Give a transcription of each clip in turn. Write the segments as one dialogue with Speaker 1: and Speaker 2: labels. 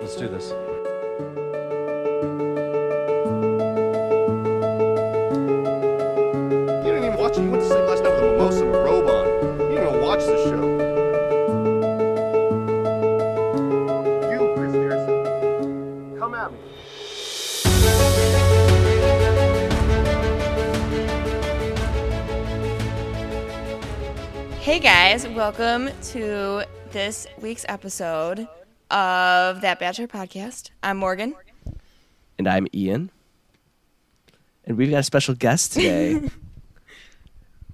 Speaker 1: Let's do this.
Speaker 2: You didn't even watch it. You went to sleep last night with a mimosa and a robe on. You didn't even watch the show. You, Chris Harrison, come at me.
Speaker 3: Hey guys, welcome to this week's episode of That Bachelor Podcast. I'm Morgan.
Speaker 4: And I'm Ian. And we've got a special guest today.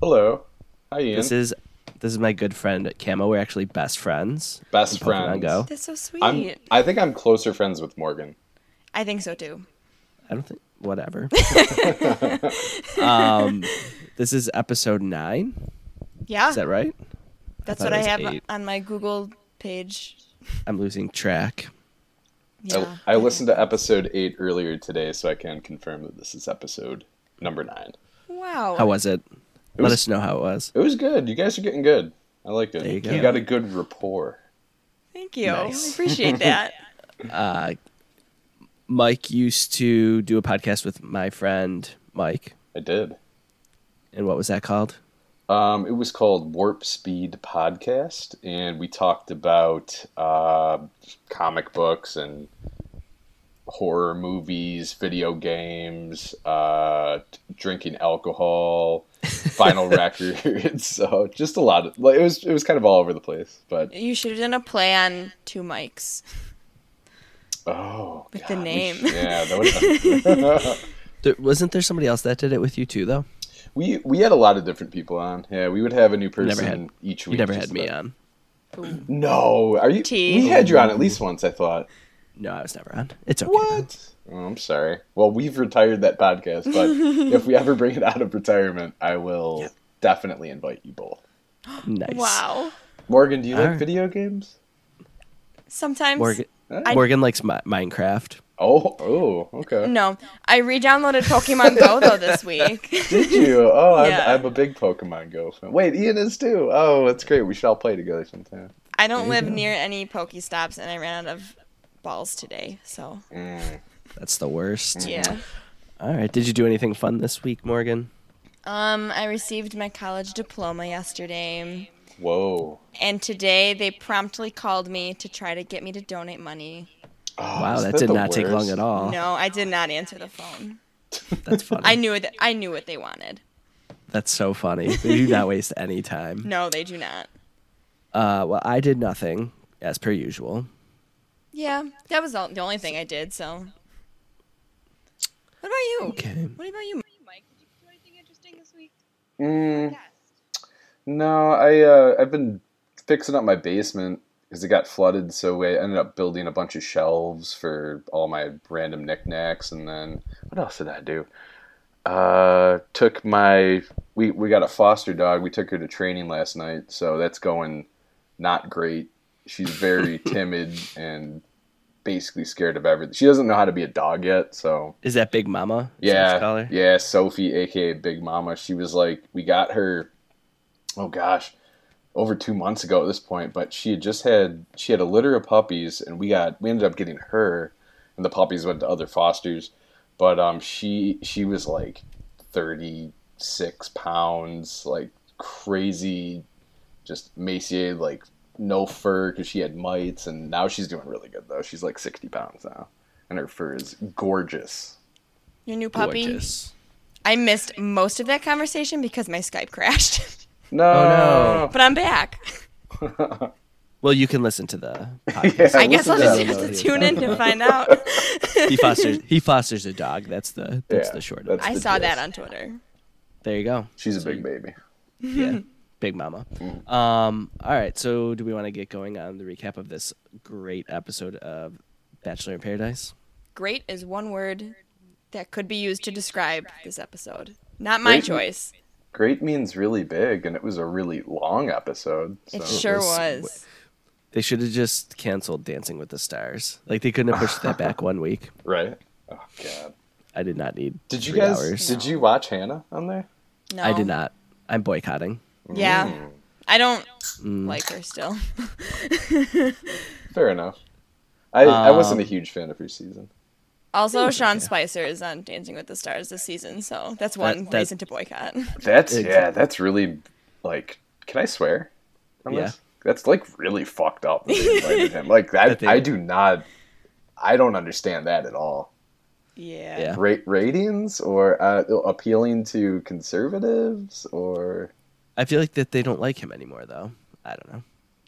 Speaker 5: Hello. Hi, Ian.
Speaker 4: this is this is my good friend Camo. We're actually best friends.
Speaker 5: Best
Speaker 4: in Pokemon
Speaker 5: friends.
Speaker 4: Go.
Speaker 3: That's so sweet.
Speaker 5: I'm, I think I'm closer friends with Morgan.
Speaker 3: I think so too.
Speaker 4: I don't think whatever. um, this is episode nine.
Speaker 3: Yeah,
Speaker 4: Is that right?
Speaker 3: that's
Speaker 4: I
Speaker 3: what
Speaker 4: thought
Speaker 3: I
Speaker 4: it
Speaker 3: have
Speaker 4: was eight.
Speaker 3: on my Google page.
Speaker 4: I'm losing track.
Speaker 3: Yeah.
Speaker 5: I, I listened to episode eight earlier today, so I can confirm that this is episode number nine.
Speaker 3: Wow.
Speaker 4: How was it? Let
Speaker 5: was-
Speaker 4: us know how it was.
Speaker 5: It was good. You guys are getting good. I like it.
Speaker 4: There you go.
Speaker 5: got a good rapport.
Speaker 3: Thank you. I
Speaker 4: Nice.
Speaker 3: appreciate that.
Speaker 4: Mike used to do a podcast with my friend Mike.
Speaker 5: I did.
Speaker 4: And what was that called?
Speaker 5: Um, it was called Warp Speed Podcast, and we talked about uh, comic books and horror movies, video games, uh, t- drinking alcohol, vinyl records. So just a lot of like it was. It was kind of all over the place, but
Speaker 3: you should have done a play on two mics.
Speaker 5: oh,
Speaker 3: With the
Speaker 5: God, we
Speaker 3: name.
Speaker 5: sh- yeah, that would.
Speaker 4: There, wasn't there somebody else that did it with you too, though?
Speaker 5: we we had a lot of different people on. Yeah, we would have a new
Speaker 4: had-
Speaker 5: person each
Speaker 4: You
Speaker 5: week.
Speaker 4: never
Speaker 5: just
Speaker 4: had me
Speaker 5: about-
Speaker 4: on.
Speaker 5: No, are you?
Speaker 3: Tea.
Speaker 5: We had you on at least once. I thought.
Speaker 4: No, I was never on. It's okay. though.
Speaker 5: What? Oh, I'm sorry. Well, we've retired that podcast, but if we ever bring it out of retirement, I will definitely invite you both.
Speaker 4: Nice.
Speaker 3: Wow.
Speaker 5: Morgan, do you like
Speaker 4: Alright.
Speaker 5: video games?
Speaker 3: Sometimes.
Speaker 4: Morgan,
Speaker 5: I-
Speaker 4: Morgan likes mi- Minecraft.
Speaker 5: Oh, oh, okay.
Speaker 3: No, I re-downloaded Pokemon Go though this week.
Speaker 5: Did you? Oh, I'm,
Speaker 3: Yeah.
Speaker 5: I'm a big Pokemon Go fan. Wait, Ian is too. Oh, that's great. We should all play together sometime.
Speaker 3: I don't live near any Pokestops, and I ran out of balls today. So
Speaker 4: Mm. That's the worst.
Speaker 3: yeah.
Speaker 4: All right. Did you do anything fun this week, Morgan?
Speaker 3: Um, I received my college diploma yesterday,
Speaker 5: Whoa.
Speaker 3: and today they promptly called me to try to get me to donate money.
Speaker 5: Oh,
Speaker 4: Wow,
Speaker 5: isn't
Speaker 4: that did
Speaker 5: the
Speaker 4: not take long
Speaker 5: worst?
Speaker 4: at all.
Speaker 3: No, I did not answer the phone.
Speaker 4: That's funny.
Speaker 3: I knew that I knew what they wanted.
Speaker 4: That's so funny. They do not waste any time.
Speaker 3: No, they do not.
Speaker 4: Uh, well, I did nothing as per usual.
Speaker 3: Yeah, that was all, the only thing I did. So, what about you?
Speaker 4: Okay.
Speaker 3: What about you?
Speaker 6: Mike, did you do anything interesting this week?
Speaker 5: Mm,
Speaker 6: Yes.
Speaker 5: no, I uh, I've been fixing up my basement because it got flooded, so I ended up building a bunch of shelves for all my random knickknacks, and then what else did I do? Uh, took my we we got a foster dog. We took her to training last night, so that's going not great. She's very timid and basically scared of everything. She doesn't know how to be a dog yet, so
Speaker 4: Is that Big Mama? Is that what you call
Speaker 5: yeah,
Speaker 4: her?
Speaker 5: yeah, Sophie, aka Big Mama. She was like, we got her. Oh gosh, over two months ago at this point, but she had just had she had a litter of puppies, and we got we ended up getting her, and the puppies went to other fosters, but um, she she was like thirty six pounds, like crazy, just emaciated, like no fur because she had mites, and now she's doing really good though. She's like sixty pounds now, and her fur is gorgeous.
Speaker 3: Your new puppy.
Speaker 4: Gorgeous.
Speaker 3: I missed most of that conversation because my Skype crashed,
Speaker 5: No.
Speaker 4: Oh, no.
Speaker 3: but I'm back.
Speaker 4: Well, you can listen to the podcast.
Speaker 3: I guess I'll
Speaker 5: listen
Speaker 3: just
Speaker 5: to
Speaker 3: have
Speaker 4: that.
Speaker 3: to tune in to find out.
Speaker 4: he fosters he fosters a dog. That's the that's
Speaker 5: Yeah,
Speaker 4: the short of
Speaker 5: that's-
Speaker 4: it.
Speaker 3: I
Speaker 5: the
Speaker 3: saw
Speaker 5: gist.
Speaker 3: that on Twitter.
Speaker 4: There you go.
Speaker 5: She's a big baby.
Speaker 4: yeah, Big Mama.
Speaker 5: Mm.
Speaker 4: Um, all right, so do we want to get going on the recap of this great episode of Bachelor in Paradise?
Speaker 3: Great is one word that could be used to describe this episode. Not my
Speaker 5: Great.
Speaker 3: choice.
Speaker 5: Great means really big, and it was a really long episode. So.
Speaker 3: It sure
Speaker 4: was-
Speaker 3: was.
Speaker 4: They should have just canceled Dancing with the Stars. Like they couldn't have pushed that back one week.
Speaker 5: right. Oh God.
Speaker 4: I did not need.
Speaker 5: Did you
Speaker 4: three
Speaker 5: guys?
Speaker 4: Hours.
Speaker 5: Did you watch Hannah on there?
Speaker 3: No.
Speaker 4: I did not. I'm boycotting.
Speaker 3: Yeah.
Speaker 5: Mm.
Speaker 4: Mm.
Speaker 3: I don't like her still.
Speaker 5: Fair enough. I, I wasn't a
Speaker 4: Um,
Speaker 5: huge fan of her season.
Speaker 3: Also, Sean Spicer is on Dancing with the Stars this season, so that's one
Speaker 4: that-
Speaker 3: reason to boycott.
Speaker 5: That's
Speaker 4: Ex-
Speaker 5: yeah, that's really like. Can I swear? on
Speaker 4: Yeah.
Speaker 5: this? That's like really fucked up. That they invited him. Like I,
Speaker 4: That they-
Speaker 5: I do not. I don't understand that at all.
Speaker 3: Yeah.
Speaker 4: Yeah.
Speaker 5: Ra- ratings or uh, appealing to conservatives or
Speaker 4: I feel like that they don't like him anymore, though. I don't know.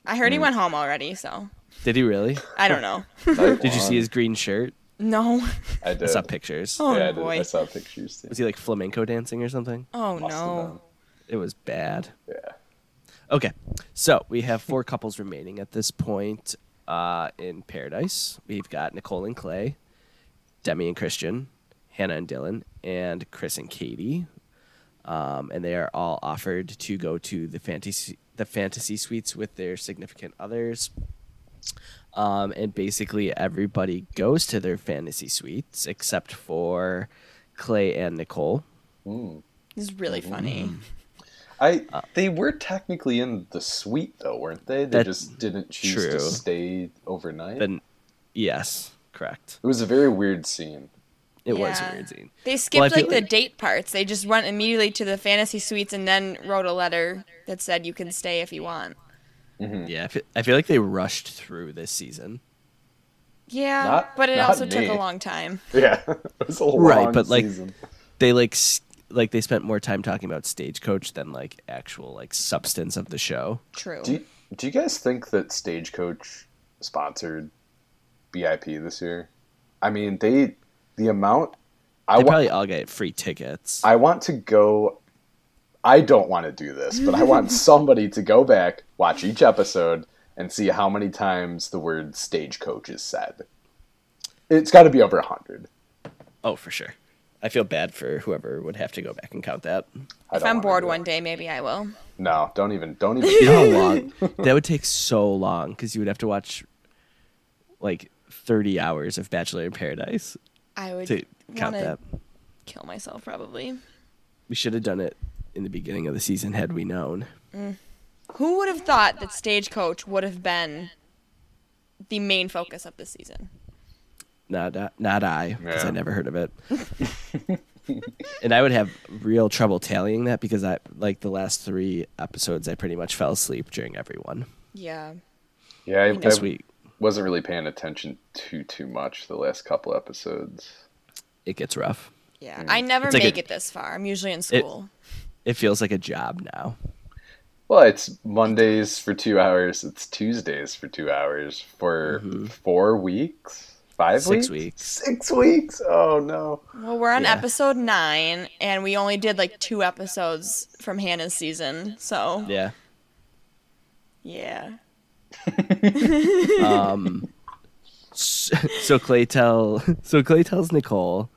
Speaker 3: I heard he
Speaker 4: Mm.
Speaker 3: went home already, so
Speaker 4: Did he really?
Speaker 3: I don't know.
Speaker 4: Did you see his green shirt?
Speaker 3: no.
Speaker 5: I did.
Speaker 4: I saw pictures.
Speaker 3: Oh,
Speaker 5: yeah, I, did.
Speaker 3: boy.
Speaker 5: I saw pictures too.
Speaker 4: Was he like flamenco dancing or something?
Speaker 3: Oh,
Speaker 5: Must have
Speaker 3: no.
Speaker 4: It was bad.
Speaker 5: been. Yeah.
Speaker 4: Okay, so we have four couples remaining at this point uh, in Paradise. We've got Nicole and Clay, Demi and Christian, Hannah and Dylan, and Chris and Katie. Um, and they are all offered to go to the fantasy the fantasy suites with their significant others. Um, and basically, everybody goes to their fantasy suites except for Clay and Nicole.
Speaker 3: It's really
Speaker 4: Mm.
Speaker 3: funny.
Speaker 5: I they were technically in the suite though, weren't they? They
Speaker 4: That's
Speaker 5: just didn't choose
Speaker 4: true.
Speaker 5: to stay overnight.
Speaker 4: Then, yes, correct.
Speaker 5: it was a very weird scene.
Speaker 4: It was a
Speaker 3: Yeah.
Speaker 4: weird scene.
Speaker 3: They skipped
Speaker 4: Well, I
Speaker 3: like
Speaker 4: feel
Speaker 3: the
Speaker 4: like-
Speaker 3: date parts. They just went immediately to the fantasy suites and then wrote a letter that said you can stay if you want.
Speaker 4: Yeah, I feel, I feel like they rushed through this season.
Speaker 3: Yeah,
Speaker 5: Not-
Speaker 3: but it
Speaker 5: not
Speaker 3: also took
Speaker 5: me.
Speaker 3: a long time.
Speaker 5: Yeah, it was a long
Speaker 4: Right, but, like,
Speaker 5: season.
Speaker 4: They like s- like they spent more time talking about Stagecoach than like actual like substance of the show.
Speaker 3: True.
Speaker 5: do you, do you guys think that Stagecoach sponsored BIP this year? I mean, they the amount I
Speaker 4: They
Speaker 5: wa-
Speaker 4: probably all get free tickets.
Speaker 5: I want to go. I don't want to do this, but I want somebody to go back, watch each episode, and see how many times the word stagecoach is said. It's got to be over 100.
Speaker 4: oh, for sure. I feel bad for whoever would have to go back and count that.
Speaker 5: I
Speaker 3: if I'm
Speaker 5: don't wanna
Speaker 3: bored
Speaker 5: do it.
Speaker 3: one day, maybe I will.
Speaker 5: No, don't even. Don't
Speaker 4: You
Speaker 5: even.
Speaker 4: know how long that would take so long because you would have to watch like thirty hours of Bachelor in Paradise
Speaker 3: I would
Speaker 4: to count
Speaker 3: wanna
Speaker 4: that.
Speaker 3: kill myself probably.
Speaker 4: We should have done it in the beginning of the season had we known.
Speaker 3: Who would have thought that Stagecoach would have been the main focus of this season?
Speaker 4: Not not, not I, because
Speaker 5: Yeah.
Speaker 4: I never heard of it. and I would have real trouble tallying that because I like the last three episodes. I pretty much fell asleep during every one.
Speaker 3: Yeah.
Speaker 5: yeah, I,
Speaker 4: This
Speaker 5: I
Speaker 4: week
Speaker 5: wasn't really paying attention too too much the last couple episodes.
Speaker 4: it gets rough.
Speaker 3: Yeah.
Speaker 5: Mm.
Speaker 3: I never
Speaker 4: It's like
Speaker 3: make
Speaker 4: a-
Speaker 3: it this far. I'm usually in school.
Speaker 4: It feels like a job now.
Speaker 5: Well, it's Mondays for two hours. It's Tuesdays for two hours for four weeks, five
Speaker 4: Mm-hmm. Six weeks.
Speaker 5: six weeks. Oh no.
Speaker 3: well, we're on
Speaker 4: yeah.
Speaker 3: episode 9 and we only did like 2 episodes from Hannah's season. So,
Speaker 4: Yeah.
Speaker 3: yeah.
Speaker 4: So, so Clay tell so Clay tells Nicole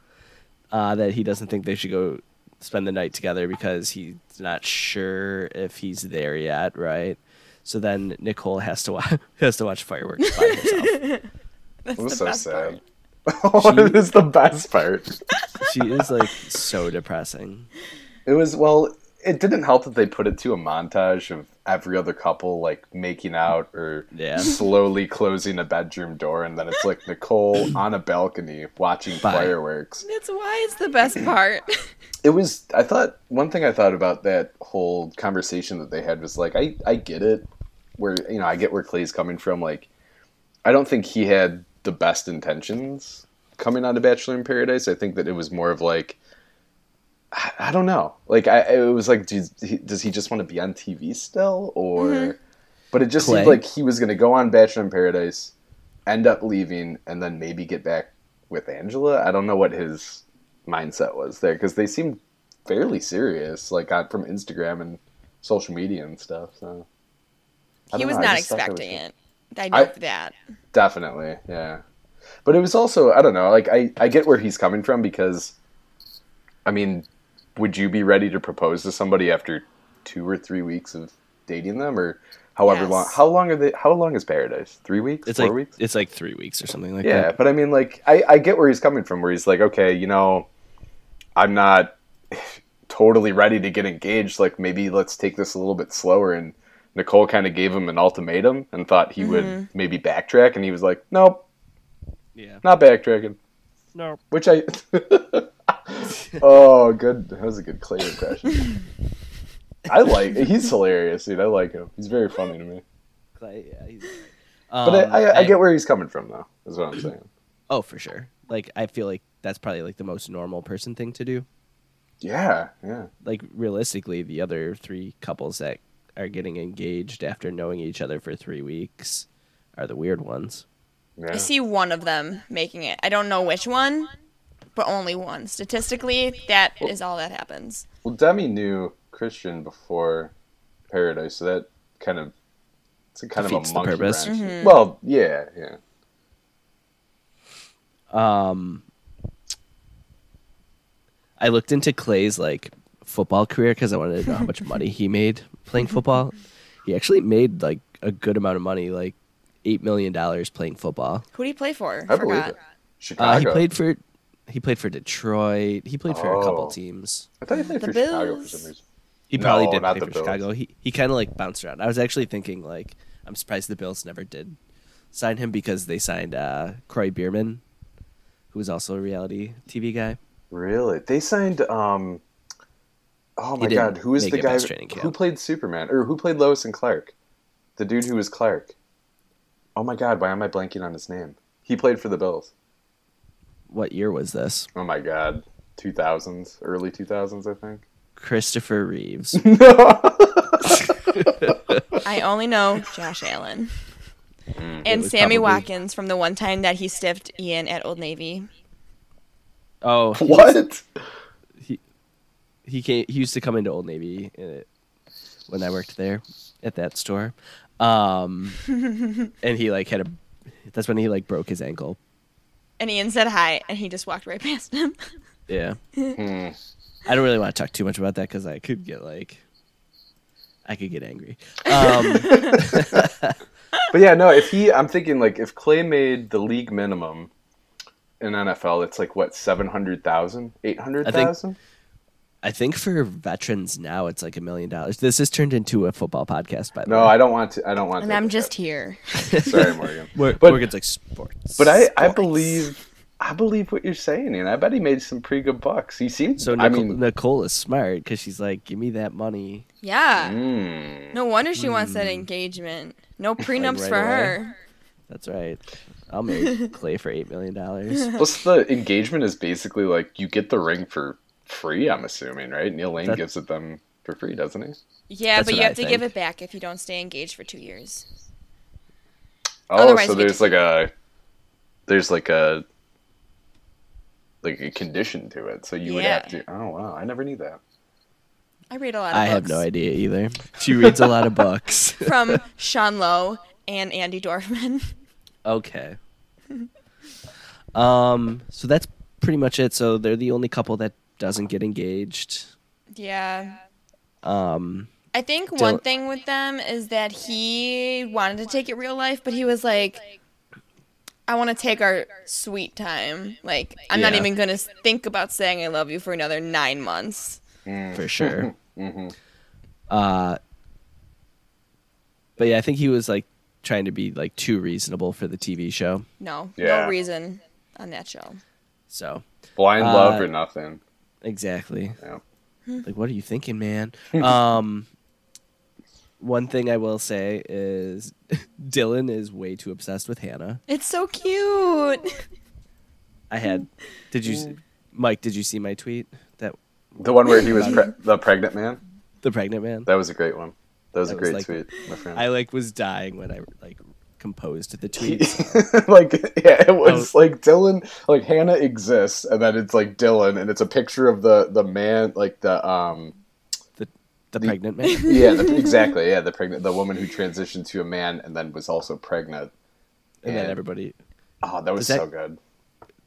Speaker 4: uh, that he doesn't think they should go spend the night together because he's not sure if he's there yet, right? So then Nicole has to watch has to watch fireworks by herself.
Speaker 5: It was
Speaker 3: the
Speaker 5: so
Speaker 3: best
Speaker 5: sad. oh, it is the best part.
Speaker 4: she is like so depressing.
Speaker 5: It was well. It didn't help that they put it to a montage of every other couple like making out or
Speaker 4: Yeah.
Speaker 5: slowly closing a bedroom door, and then it's like Nicole on a balcony watching
Speaker 4: Bye.
Speaker 5: fireworks.
Speaker 3: That's why it's the best part.
Speaker 5: it was i thought one thing i thought about that whole conversation that they had was like i i get it where you know i get where clay's coming from like i don't think he had the best intentions coming on to bachelor in paradise i think that it was more of like i, I don't know like i it was like does he, does he just want to be on tv still or but it just seemed
Speaker 4: Clay?
Speaker 5: like he was going to go on bachelor in paradise end up leaving and then maybe get back with angela i don't know what his mindset was there because they seemed fairly serious, like on, from Instagram and social media and stuff. So I
Speaker 3: he
Speaker 5: don't
Speaker 3: was
Speaker 5: know, I
Speaker 3: not
Speaker 5: just thought that was
Speaker 3: expecting
Speaker 5: just-
Speaker 3: it. I know
Speaker 5: I-
Speaker 3: that.
Speaker 5: definitely, yeah. But it was also I don't know, like I I get where he's coming from because, I mean, would you be ready to propose to somebody after two or three weeks of dating them or? However
Speaker 3: Yes.
Speaker 5: long? How long are they? How long is Paradise? Three weeks?
Speaker 4: It's
Speaker 5: Four
Speaker 4: like
Speaker 5: weeks?
Speaker 4: it's like three weeks or something like
Speaker 5: Yeah,
Speaker 4: that.
Speaker 5: but I mean, like, I, I get where he's coming from, where he's like, okay, you know, I'm not totally ready to get engaged. Like, maybe let's take this a little bit slower. And Nicole kind of gave him an ultimatum and thought he would maybe backtrack. And he was like, nope,
Speaker 4: Yeah.
Speaker 5: Not backtracking.
Speaker 4: No.
Speaker 5: Which I. oh, good. That was a good Clay impression. I like. He's hilarious, dude. I like him. He's very funny to me.
Speaker 4: Clay, yeah. He's,
Speaker 5: But
Speaker 4: Um,
Speaker 5: I, I, I get where he's coming from, though. Is what I'm saying.
Speaker 4: Oh, for sure. Like I feel like that's probably like the most normal person thing to do.
Speaker 5: Yeah, yeah.
Speaker 4: Like realistically, the other three couples that are getting engaged after knowing each other for three weeks are the weird ones.
Speaker 5: yeah.
Speaker 3: I see one of them making it. I don't know which one, but only one. Statistically, that is all that happens.
Speaker 5: Well, Demi knew Christian before Paradise, so that kind of it's a kind
Speaker 4: Defeats
Speaker 5: of a
Speaker 4: the
Speaker 5: monkey
Speaker 4: purpose.
Speaker 5: wrench. Well, yeah, yeah.
Speaker 4: Um, I looked into Clay's like football career because I wanted to know how much money he made playing football. He actually made like a good amount of money, like eight million dollars playing football.
Speaker 3: Who do you play for?
Speaker 5: I believe it. Chicago.
Speaker 4: Uh, he played for he played for Detroit. He played for a couple
Speaker 5: Oh.
Speaker 4: teams.
Speaker 5: I thought he played
Speaker 3: The
Speaker 5: for Chicago for
Speaker 3: Bills.
Speaker 5: some reason.
Speaker 4: He
Speaker 5: No,
Speaker 4: probably did
Speaker 5: not
Speaker 4: play
Speaker 5: the
Speaker 4: for
Speaker 5: Bills.
Speaker 4: Chicago. He he kind of like bounced around. I was actually thinking like I'm surprised the Bills never did sign him because they signed uh, Croy Bierman, who was also a reality TV guy.
Speaker 5: Really? They signed um Oh my
Speaker 4: didn't
Speaker 5: god, who is
Speaker 4: make
Speaker 5: the
Speaker 4: it
Speaker 5: guy
Speaker 4: past training
Speaker 5: who
Speaker 4: camp.
Speaker 5: played Superman or who played Lois and Clark? The dude who was Clark. Oh my god, why am I blanking on his name? He played for the Bills.
Speaker 4: What year was this?
Speaker 5: Oh my god. 2000s, early 2000s, I think.
Speaker 4: Christopher Reeves.
Speaker 3: I only know Josh Allen
Speaker 4: It
Speaker 3: and
Speaker 4: was
Speaker 3: Sammy
Speaker 4: Mm, probably-
Speaker 3: Watkins from the one time that he stiffed Ian at Old Navy.
Speaker 4: oh, he,
Speaker 5: What?
Speaker 4: he came. He used to come into Old Navy uh, when I worked there at that store, um, and he like had a. That's when he like broke his ankle.
Speaker 3: And Ian said hi, and he just walked right past him.
Speaker 4: Yeah.
Speaker 5: Hmm.
Speaker 4: I don't really want to talk too much about that because I could get like, I could get angry. Um,
Speaker 5: But yeah, no, if he I'm thinking like if Clay made the league minimum in NFL, it's like what, 700,000? 800,000?
Speaker 4: I think for veterans now it's like a million dollars. This has turned into a football podcast, by the
Speaker 5: No,
Speaker 4: way.
Speaker 5: I don't want to I don't want
Speaker 3: And
Speaker 5: to
Speaker 3: I'm just here.
Speaker 5: Sorry, Morgan.
Speaker 4: Mor-
Speaker 5: but-
Speaker 4: Morgan's like sports.
Speaker 5: But I, I believe I believe what you're saying, and I bet he made some pretty good bucks. He seems
Speaker 4: so
Speaker 5: I
Speaker 4: Nicole,
Speaker 5: mean,
Speaker 4: Nicole is smart because she's like, give me that money.
Speaker 3: Yeah.
Speaker 5: mm,
Speaker 3: No wonder she wants that engagement. No prenups
Speaker 4: right
Speaker 3: for
Speaker 4: away.
Speaker 3: her.
Speaker 4: That's right. I'll make Clay for eight million dollars.
Speaker 5: plus the engagement is basically like you get the ring for free. I'm assuming, right? Neil Lane
Speaker 4: That-
Speaker 5: gives it them for free, doesn't he?
Speaker 3: Yeah,
Speaker 4: That's
Speaker 3: but
Speaker 4: what
Speaker 3: you
Speaker 4: I
Speaker 3: have to give
Speaker 4: think.
Speaker 3: it back if you don't stay engaged for two years.
Speaker 5: Oh,
Speaker 3: Otherwise
Speaker 5: so
Speaker 3: you get
Speaker 5: there's
Speaker 3: to-
Speaker 5: like a there's like a like a condition to it. So you would
Speaker 3: Yeah.
Speaker 5: have to. Oh wow, I never knew that.
Speaker 3: I read a lot of
Speaker 4: I
Speaker 3: books
Speaker 4: have no idea either. She reads a lot of books.
Speaker 3: from Sean Lowe and Andy Dorfman.
Speaker 4: Okay. um. So that's pretty much it. So they're the only couple that doesn't get engaged.
Speaker 3: yeah.
Speaker 4: Um.
Speaker 3: I think
Speaker 4: Dylan-
Speaker 3: one thing with them is that he wanted to take it real life, but he was like, I want to take our sweet time. Like, I'm not
Speaker 4: Yeah.
Speaker 3: even going to think about saying I love you for another nine months.
Speaker 4: For sure. Uh. But yeah, I think he was like trying to be like too reasonable for the TV show.
Speaker 3: No,
Speaker 5: Yeah.
Speaker 3: no reason on that show.
Speaker 4: So
Speaker 5: Blind
Speaker 4: Uh,
Speaker 5: love or nothing.
Speaker 4: exactly.
Speaker 5: Yeah.
Speaker 4: Like, what are you thinking, man? um, one thing I will say is Dylan is way too obsessed with Hannah.
Speaker 3: It's so cute.
Speaker 4: I had, did you, s- Mike? Did you see my tweet that
Speaker 5: The one where he was pre- the pregnant man.
Speaker 4: the pregnant man?
Speaker 5: That was a great one. That was
Speaker 4: That
Speaker 5: a
Speaker 4: was
Speaker 5: great
Speaker 4: like-
Speaker 5: tweet, my friend.
Speaker 4: I like was dying when I like composed the tweet. so-
Speaker 5: like yeah, it was like Dylan, like Hannah exists, and then it's like Dylan, and it's a picture of the the man, like the um
Speaker 4: the the pregnant man.
Speaker 5: yeah, the, exactly yeah, the pregnant the woman who transitioned to a man and then was also pregnant.
Speaker 4: And then
Speaker 5: Yeah.
Speaker 4: everybody.
Speaker 5: Oh, that was
Speaker 4: Is that-
Speaker 5: so good.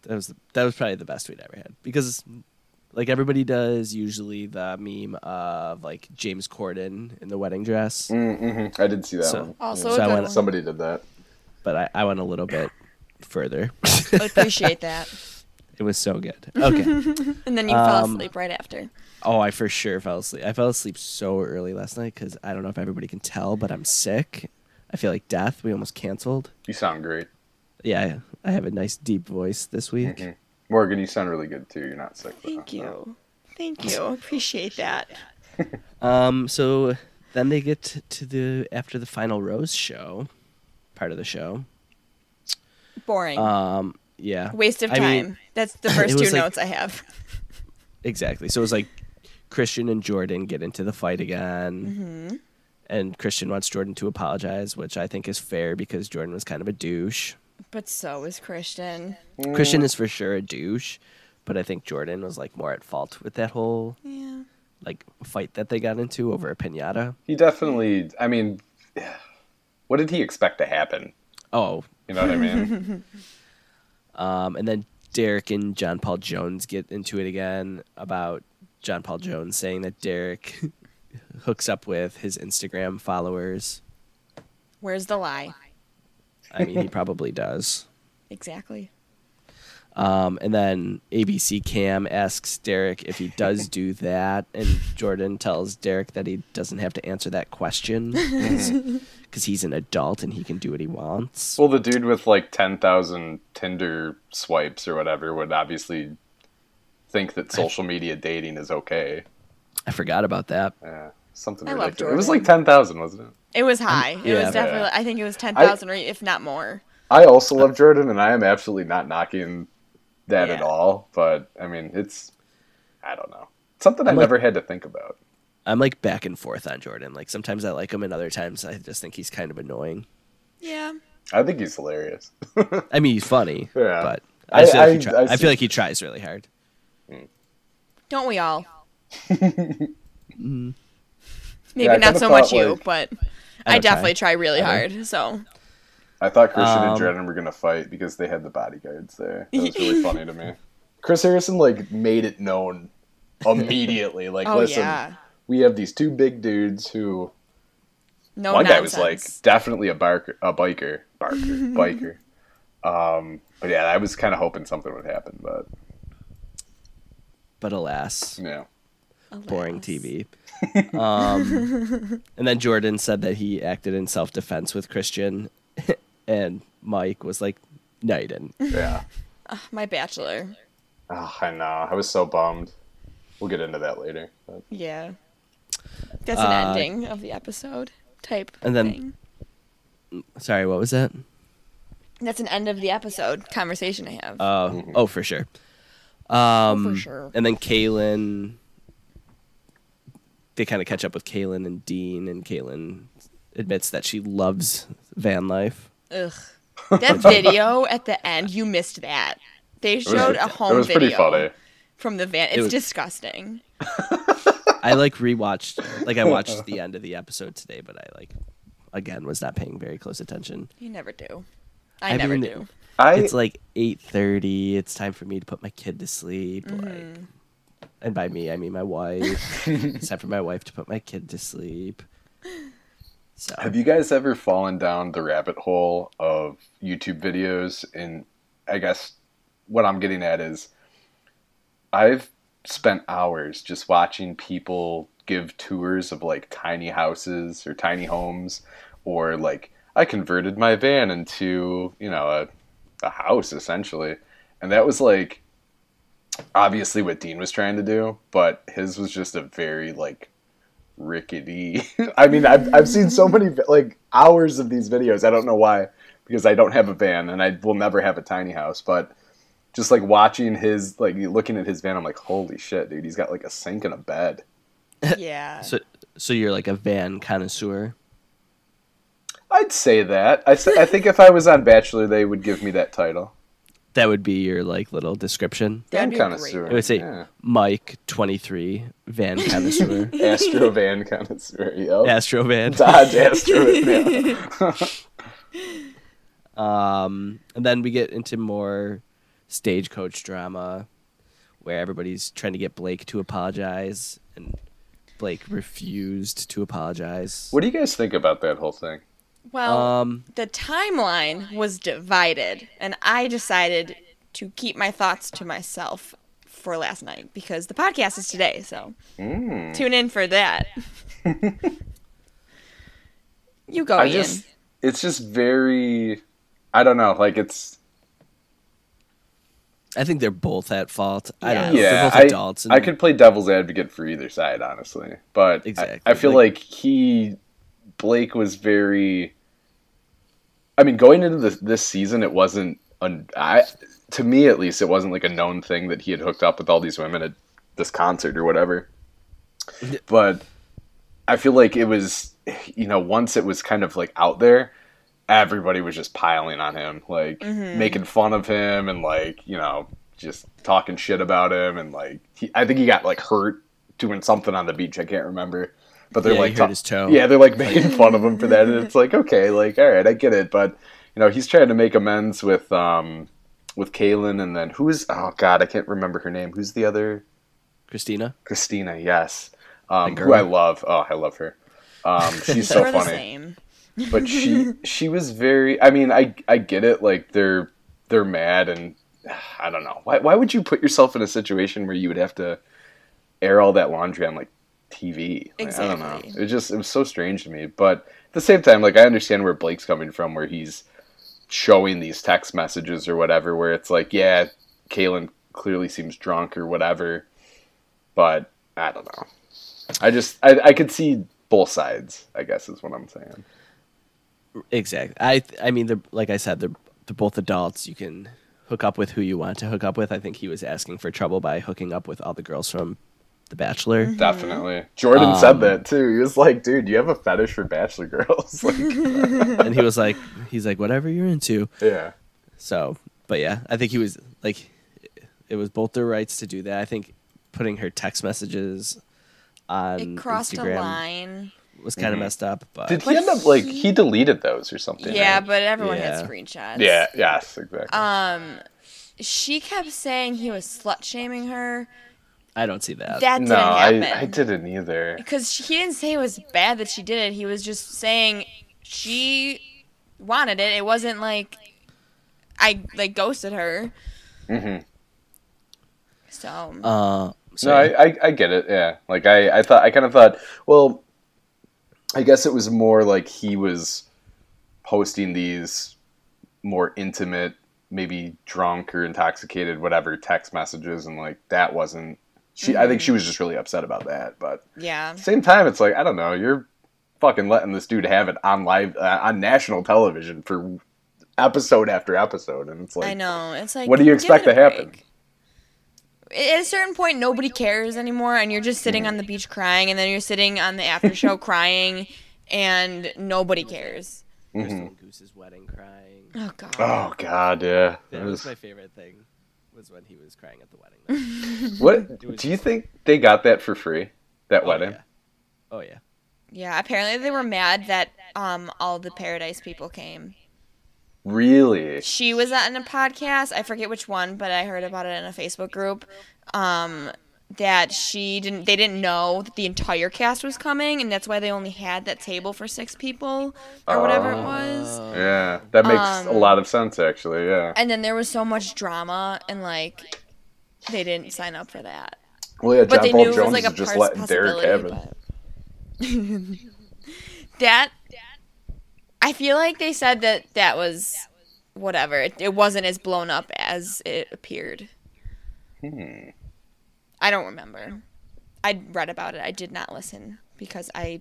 Speaker 4: That was the, that was probably the best tweet I ever had because. Like everybody does, usually the meme of like James Corden in the wedding dress,
Speaker 5: Mm-hmm. I did see that
Speaker 4: So-
Speaker 5: one.
Speaker 3: Also,
Speaker 4: So
Speaker 3: a
Speaker 4: I
Speaker 3: good
Speaker 4: went-
Speaker 3: one.
Speaker 5: Somebody did that.
Speaker 4: but I, I went a little bit further.
Speaker 3: I appreciate that.
Speaker 4: It was so good. Okay.
Speaker 3: And then you fell
Speaker 4: Um,
Speaker 3: asleep right after.
Speaker 4: oh, I for sure fell asleep. I fell asleep so early last night because I don't know if everybody can tell, but I'm sick. I feel like death. We almost canceled.
Speaker 5: You sound great.
Speaker 4: Yeah, I have a nice deep voice this week.
Speaker 5: Mm-hmm. Morgan, you sound really good too. You're not sick. with
Speaker 3: Thank
Speaker 5: that, no.
Speaker 3: you. Thank you. Appreciate that.
Speaker 4: Um, so then they get t- to the after the final rose show, part of the show.
Speaker 3: Boring.
Speaker 4: Um, yeah,
Speaker 3: Waste of
Speaker 4: I
Speaker 3: time.
Speaker 4: mean,
Speaker 3: That's the
Speaker 4: it
Speaker 3: first two
Speaker 4: was like-
Speaker 3: notes I have.
Speaker 4: exactly. So it was like Christian and Jordan get into the fight again,
Speaker 3: Mm-hmm.
Speaker 4: and Christian wants Jordan to apologize, which I think is fair because Jordan was kind of a douche.
Speaker 3: But so is Christian.
Speaker 4: Christian is for sure a douche, but I think Jordan was like more at fault with that whole
Speaker 3: Yeah.
Speaker 4: like fight that they got into over a pinata.
Speaker 5: He definitely. I mean, what did he expect to happen?
Speaker 4: Oh,
Speaker 5: You know what I mean?
Speaker 4: Um, and then Derek and John Paul Jones get into it again about John Paul Jones saying that Derek hooks up with his Instagram followers.
Speaker 3: Where's the lie?
Speaker 4: I mean, he probably does.
Speaker 3: Exactly.
Speaker 4: Um, and then ABC Cam asks Derek if he does do that, and Jordan tells Derek that he doesn't have to answer that question because he's an adult and he can do what he wants.
Speaker 5: well, the dude with like ten thousand Tinder swipes or whatever would obviously think that social media dating is okay.
Speaker 4: I forgot about that.
Speaker 5: Yeah, something
Speaker 3: I love
Speaker 5: ridiculous. It was
Speaker 3: Jordan.
Speaker 5: like ten thousand, wasn't it?
Speaker 3: It was high. it
Speaker 4: yeah.
Speaker 3: was definitely. I think it was ten thousand or if not more.
Speaker 5: I also love Jordan, and I am absolutely not knocking that at
Speaker 3: Yeah.
Speaker 5: all. But I mean, it's I don't know something I
Speaker 4: like-
Speaker 5: never had to think about.
Speaker 4: I'm like back and forth on Jordan. Like sometimes I like him, and other times I just think he's kind of annoying.
Speaker 3: Yeah.
Speaker 5: I think he's hilarious.
Speaker 4: I mean, he's funny,
Speaker 5: Yeah.
Speaker 4: but
Speaker 5: I-
Speaker 4: I, feel, like he
Speaker 5: I-
Speaker 4: try-
Speaker 5: I
Speaker 4: I,
Speaker 5: see-
Speaker 4: feel like he tries really hard.
Speaker 3: Don't we all?
Speaker 4: Mm-hmm.
Speaker 3: Maybe
Speaker 5: Yeah, I
Speaker 3: not
Speaker 5: kinda
Speaker 3: so much
Speaker 5: thought,
Speaker 3: you,
Speaker 5: like-
Speaker 3: but I,
Speaker 4: I don't try.
Speaker 3: definitely try, really hard. So
Speaker 5: I thought Christian and
Speaker 4: Um,
Speaker 5: Jordan were gonna fight because they had the bodyguards there. That was really funny to me. Chris Harrison like made it known immediately. Like,
Speaker 3: Oh,
Speaker 5: listen,
Speaker 3: yeah.
Speaker 5: we have these two big dudes who
Speaker 3: no
Speaker 5: one guy
Speaker 3: nonsense.
Speaker 5: was like definitely a barker, a biker, barker, biker. Um, but yeah, I was kind of hoping something would happen, but
Speaker 4: But alas,
Speaker 5: yeah.
Speaker 4: boring TV. Um, and then Jordan said that he acted in self defense with Christian, and Mike was like, "No, you didn't."
Speaker 5: Yeah.
Speaker 3: My bachelor.
Speaker 5: Oh, I know. I was so bummed. We'll get into that later. But
Speaker 3: Yeah. That's an
Speaker 4: Uh,
Speaker 3: ending of the episode type
Speaker 4: and then-
Speaker 3: thing.
Speaker 4: Sorry, what was that?
Speaker 3: That's an end of the episode conversation I have.
Speaker 4: Uh,
Speaker 5: Mm-hmm.
Speaker 4: Oh, for sure. Um,
Speaker 5: Mm.
Speaker 3: for sure.
Speaker 4: And then Kaylin, they kind of catch up with Kaylin and Dean, and Kaylin admits that she loves van life.
Speaker 3: Ugh. That video at the end, you missed that. They showed a home
Speaker 5: it was
Speaker 3: video
Speaker 5: pretty funny.
Speaker 3: from the van. It's
Speaker 4: was-
Speaker 3: disgusting.
Speaker 4: I like rewatched, like I watched the end of the episode today, but I like again was not paying very close attention.
Speaker 3: You never do. I,
Speaker 4: I
Speaker 3: never
Speaker 4: mean,
Speaker 3: do.
Speaker 5: I
Speaker 4: It's like eight thirty. It's time for me to put my kid to sleep.
Speaker 5: Mm.
Speaker 4: Like, and by me I mean my wife. it's time for my wife to put my kid to sleep. So
Speaker 5: Have you guys ever fallen down the rabbit hole of YouTube videos? And I guess what I'm getting at is I've spent hours just watching people give tours of like tiny houses or tiny homes, or like I converted my van into, you know, a, a house essentially. And that was like obviously what Dean was trying to do, but his was just a very like rickety. I mean, I've, I've seen so many like hours of these videos. I don't know why, because I don't have a van and I will never have a tiny house. But just like watching his, like looking at his van, I'm like, holy shit, dude, he's got like a sink and a bed.
Speaker 3: Yeah.
Speaker 4: so so you're like a van connoisseur.
Speaker 5: I'd say that. I, s- I think if I was on Bachelor, they would give me that title.
Speaker 4: That would be your like little description.
Speaker 3: That'd
Speaker 5: Van
Speaker 3: be
Speaker 5: connoisseur.
Speaker 4: It would say
Speaker 5: Yeah.
Speaker 4: Mike twenty three van connoisseur.
Speaker 5: Astro van connoisseur. Yo.
Speaker 4: Astro van.
Speaker 5: Dodge Astro. yeah.
Speaker 4: Um, and then we get into more stagecoach drama where everybody's trying to get Blake to apologize, and Blake refused to apologize.
Speaker 5: What do you guys think about that whole thing?
Speaker 3: Well,
Speaker 5: Uh,
Speaker 4: Um,
Speaker 3: the timeline was divided, and I decided to keep my thoughts to myself for last night because the podcast is today. So
Speaker 5: Mm.
Speaker 3: tune in for that. you go,
Speaker 5: I
Speaker 3: Ian.
Speaker 5: just it's just very I don't know. Like it's
Speaker 4: I think they're both at fault. I
Speaker 3: Yeah.
Speaker 4: don't know.
Speaker 5: yeah.
Speaker 4: they're both
Speaker 5: I,
Speaker 4: adults. and-
Speaker 5: I could play devil's advocate for either side, honestly. But I-
Speaker 4: Exactly.
Speaker 5: I, feel like, he Blake was very. I mean, going into this this season, it wasn't. An, I to me at least, it wasn't like a known thing that he had hooked up with all these women at this concert or whatever. But I feel like it was, you know, once it was kind of like out there, everybody was just piling on him, like making fun of him and like, you know, just talking shit about him. And like, he, I think he got like hurt doing something on the beach. I can't remember. But they're
Speaker 4: Yeah, he
Speaker 5: like,
Speaker 4: hurt
Speaker 5: ta-
Speaker 4: his toe.
Speaker 5: yeah, they're like making fun of him for that. And it's like, okay, like, all right, I get it. But, you know, he's trying to make amends with, um, with Kaylin and then who is, oh God, I can't remember her name. Who's the other?
Speaker 4: Christina.
Speaker 5: Christina, yes. Um,
Speaker 4: That
Speaker 5: who
Speaker 4: girl?
Speaker 5: I love. Oh, I love her. Um, she's so
Speaker 3: We're the
Speaker 5: funny.
Speaker 3: same.
Speaker 5: But she she was very I mean, I I get it, like they're they're mad and I don't know. Why why would you put yourself in a situation where you would have to air all that laundry on like TV? Like, I don't know.
Speaker 3: Exactly.
Speaker 5: It just it was so strange to me. But at the same time, like I understand where Blake's coming from where he's showing these text messages or whatever where it's like, yeah, Kalen clearly seems drunk or whatever. But I don't know. I just I, I could see both sides, I guess is what I'm saying.
Speaker 4: Exactly. I th- I mean, they're like I said, they're they're both adults. You can hook up with who you want to hook up with. I think he was asking for trouble by hooking up with all the girls from The Bachelor.
Speaker 5: Mm-hmm. Definitely. Mm. Um, Jordan said that too. He was like, dude, you have a fetish for bachelor girls. Like,
Speaker 4: and he was like, he's like, whatever you're into.
Speaker 5: yeah.
Speaker 4: So, but yeah, I think he was like, it was both their rights to do that. I think putting her text messages on
Speaker 3: It crossed
Speaker 4: Instagram
Speaker 3: a line.
Speaker 4: was kind of messed up. But
Speaker 5: Mm-hmm. Did he end up like he deleted those or something?
Speaker 3: Yeah, Uh,
Speaker 5: right?
Speaker 3: but everyone had
Speaker 4: Yeah.
Speaker 3: screenshots.
Speaker 5: Yeah, yes, exactly.
Speaker 3: She kept saying he was slut shaming her.
Speaker 4: I don't see that.
Speaker 3: That
Speaker 5: Uh, no,
Speaker 3: didn't
Speaker 5: I, I
Speaker 3: happen.
Speaker 5: didn't either.
Speaker 3: Because he didn't say it was bad that she did it. He was just saying she wanted it. It wasn't like I like ghosted her.
Speaker 5: Mhm.
Speaker 3: So
Speaker 5: Um,
Speaker 4: uh,
Speaker 5: No,
Speaker 4: sorry.
Speaker 5: I, I, I get it. Yeah, like I, I thought I kind of thought. Well, I guess it was more like he was posting these more intimate, maybe drunk or intoxicated, whatever text messages, and like that wasn't. She, I
Speaker 3: Mm-hmm.
Speaker 5: think she was just really upset about that. But
Speaker 3: yeah,
Speaker 5: same time, it's like I don't know. You're fucking letting this dude have it on live uh, on national television for episode after episode, and it's like
Speaker 3: I know. It's like
Speaker 5: what do you expect
Speaker 3: give it a
Speaker 5: to happen?
Speaker 3: break. At a certain point, nobody cares anymore, and you're just sitting on the beach crying, and then you're sitting on the after show crying, and nobody cares.
Speaker 5: Mm-hmm.
Speaker 4: Crystal and Goose's wedding crying.
Speaker 3: Oh god.
Speaker 5: Oh God, yeah.
Speaker 4: That
Speaker 5: It
Speaker 4: was
Speaker 5: was-
Speaker 4: my favorite thing. Was when he was crying at the wedding.
Speaker 5: What
Speaker 4: was
Speaker 5: do you think they got that for free? That wedding?
Speaker 4: yeah. Oh yeah.
Speaker 3: Yeah. Apparently, they were mad that um all the Paradise people came.
Speaker 5: Really?
Speaker 3: she was on a podcast i forget which one but i heard about it in a facebook group um that she didn't they didn't know that the entire cast was coming and that's why they only had that table for six people or whatever it
Speaker 5: Ah.
Speaker 3: was
Speaker 4: Oh.
Speaker 5: Yeah, that makes a
Speaker 3: Um,
Speaker 5: lot of sense actually. Yeah.
Speaker 3: and then there was so much drama and like they didn't sign up for that
Speaker 5: Well, yeah,
Speaker 3: but
Speaker 5: John
Speaker 3: they
Speaker 5: Paul
Speaker 3: knew it was
Speaker 5: Jones
Speaker 3: like
Speaker 5: is
Speaker 3: a
Speaker 5: just
Speaker 3: pers-
Speaker 5: letting Derek have
Speaker 3: possibility
Speaker 5: it.
Speaker 3: but... that i feel like they said that that was whatever it, it wasn't as blown up as it appeared
Speaker 5: Hmm.
Speaker 3: I don't remember. I read about it. I did not listen because I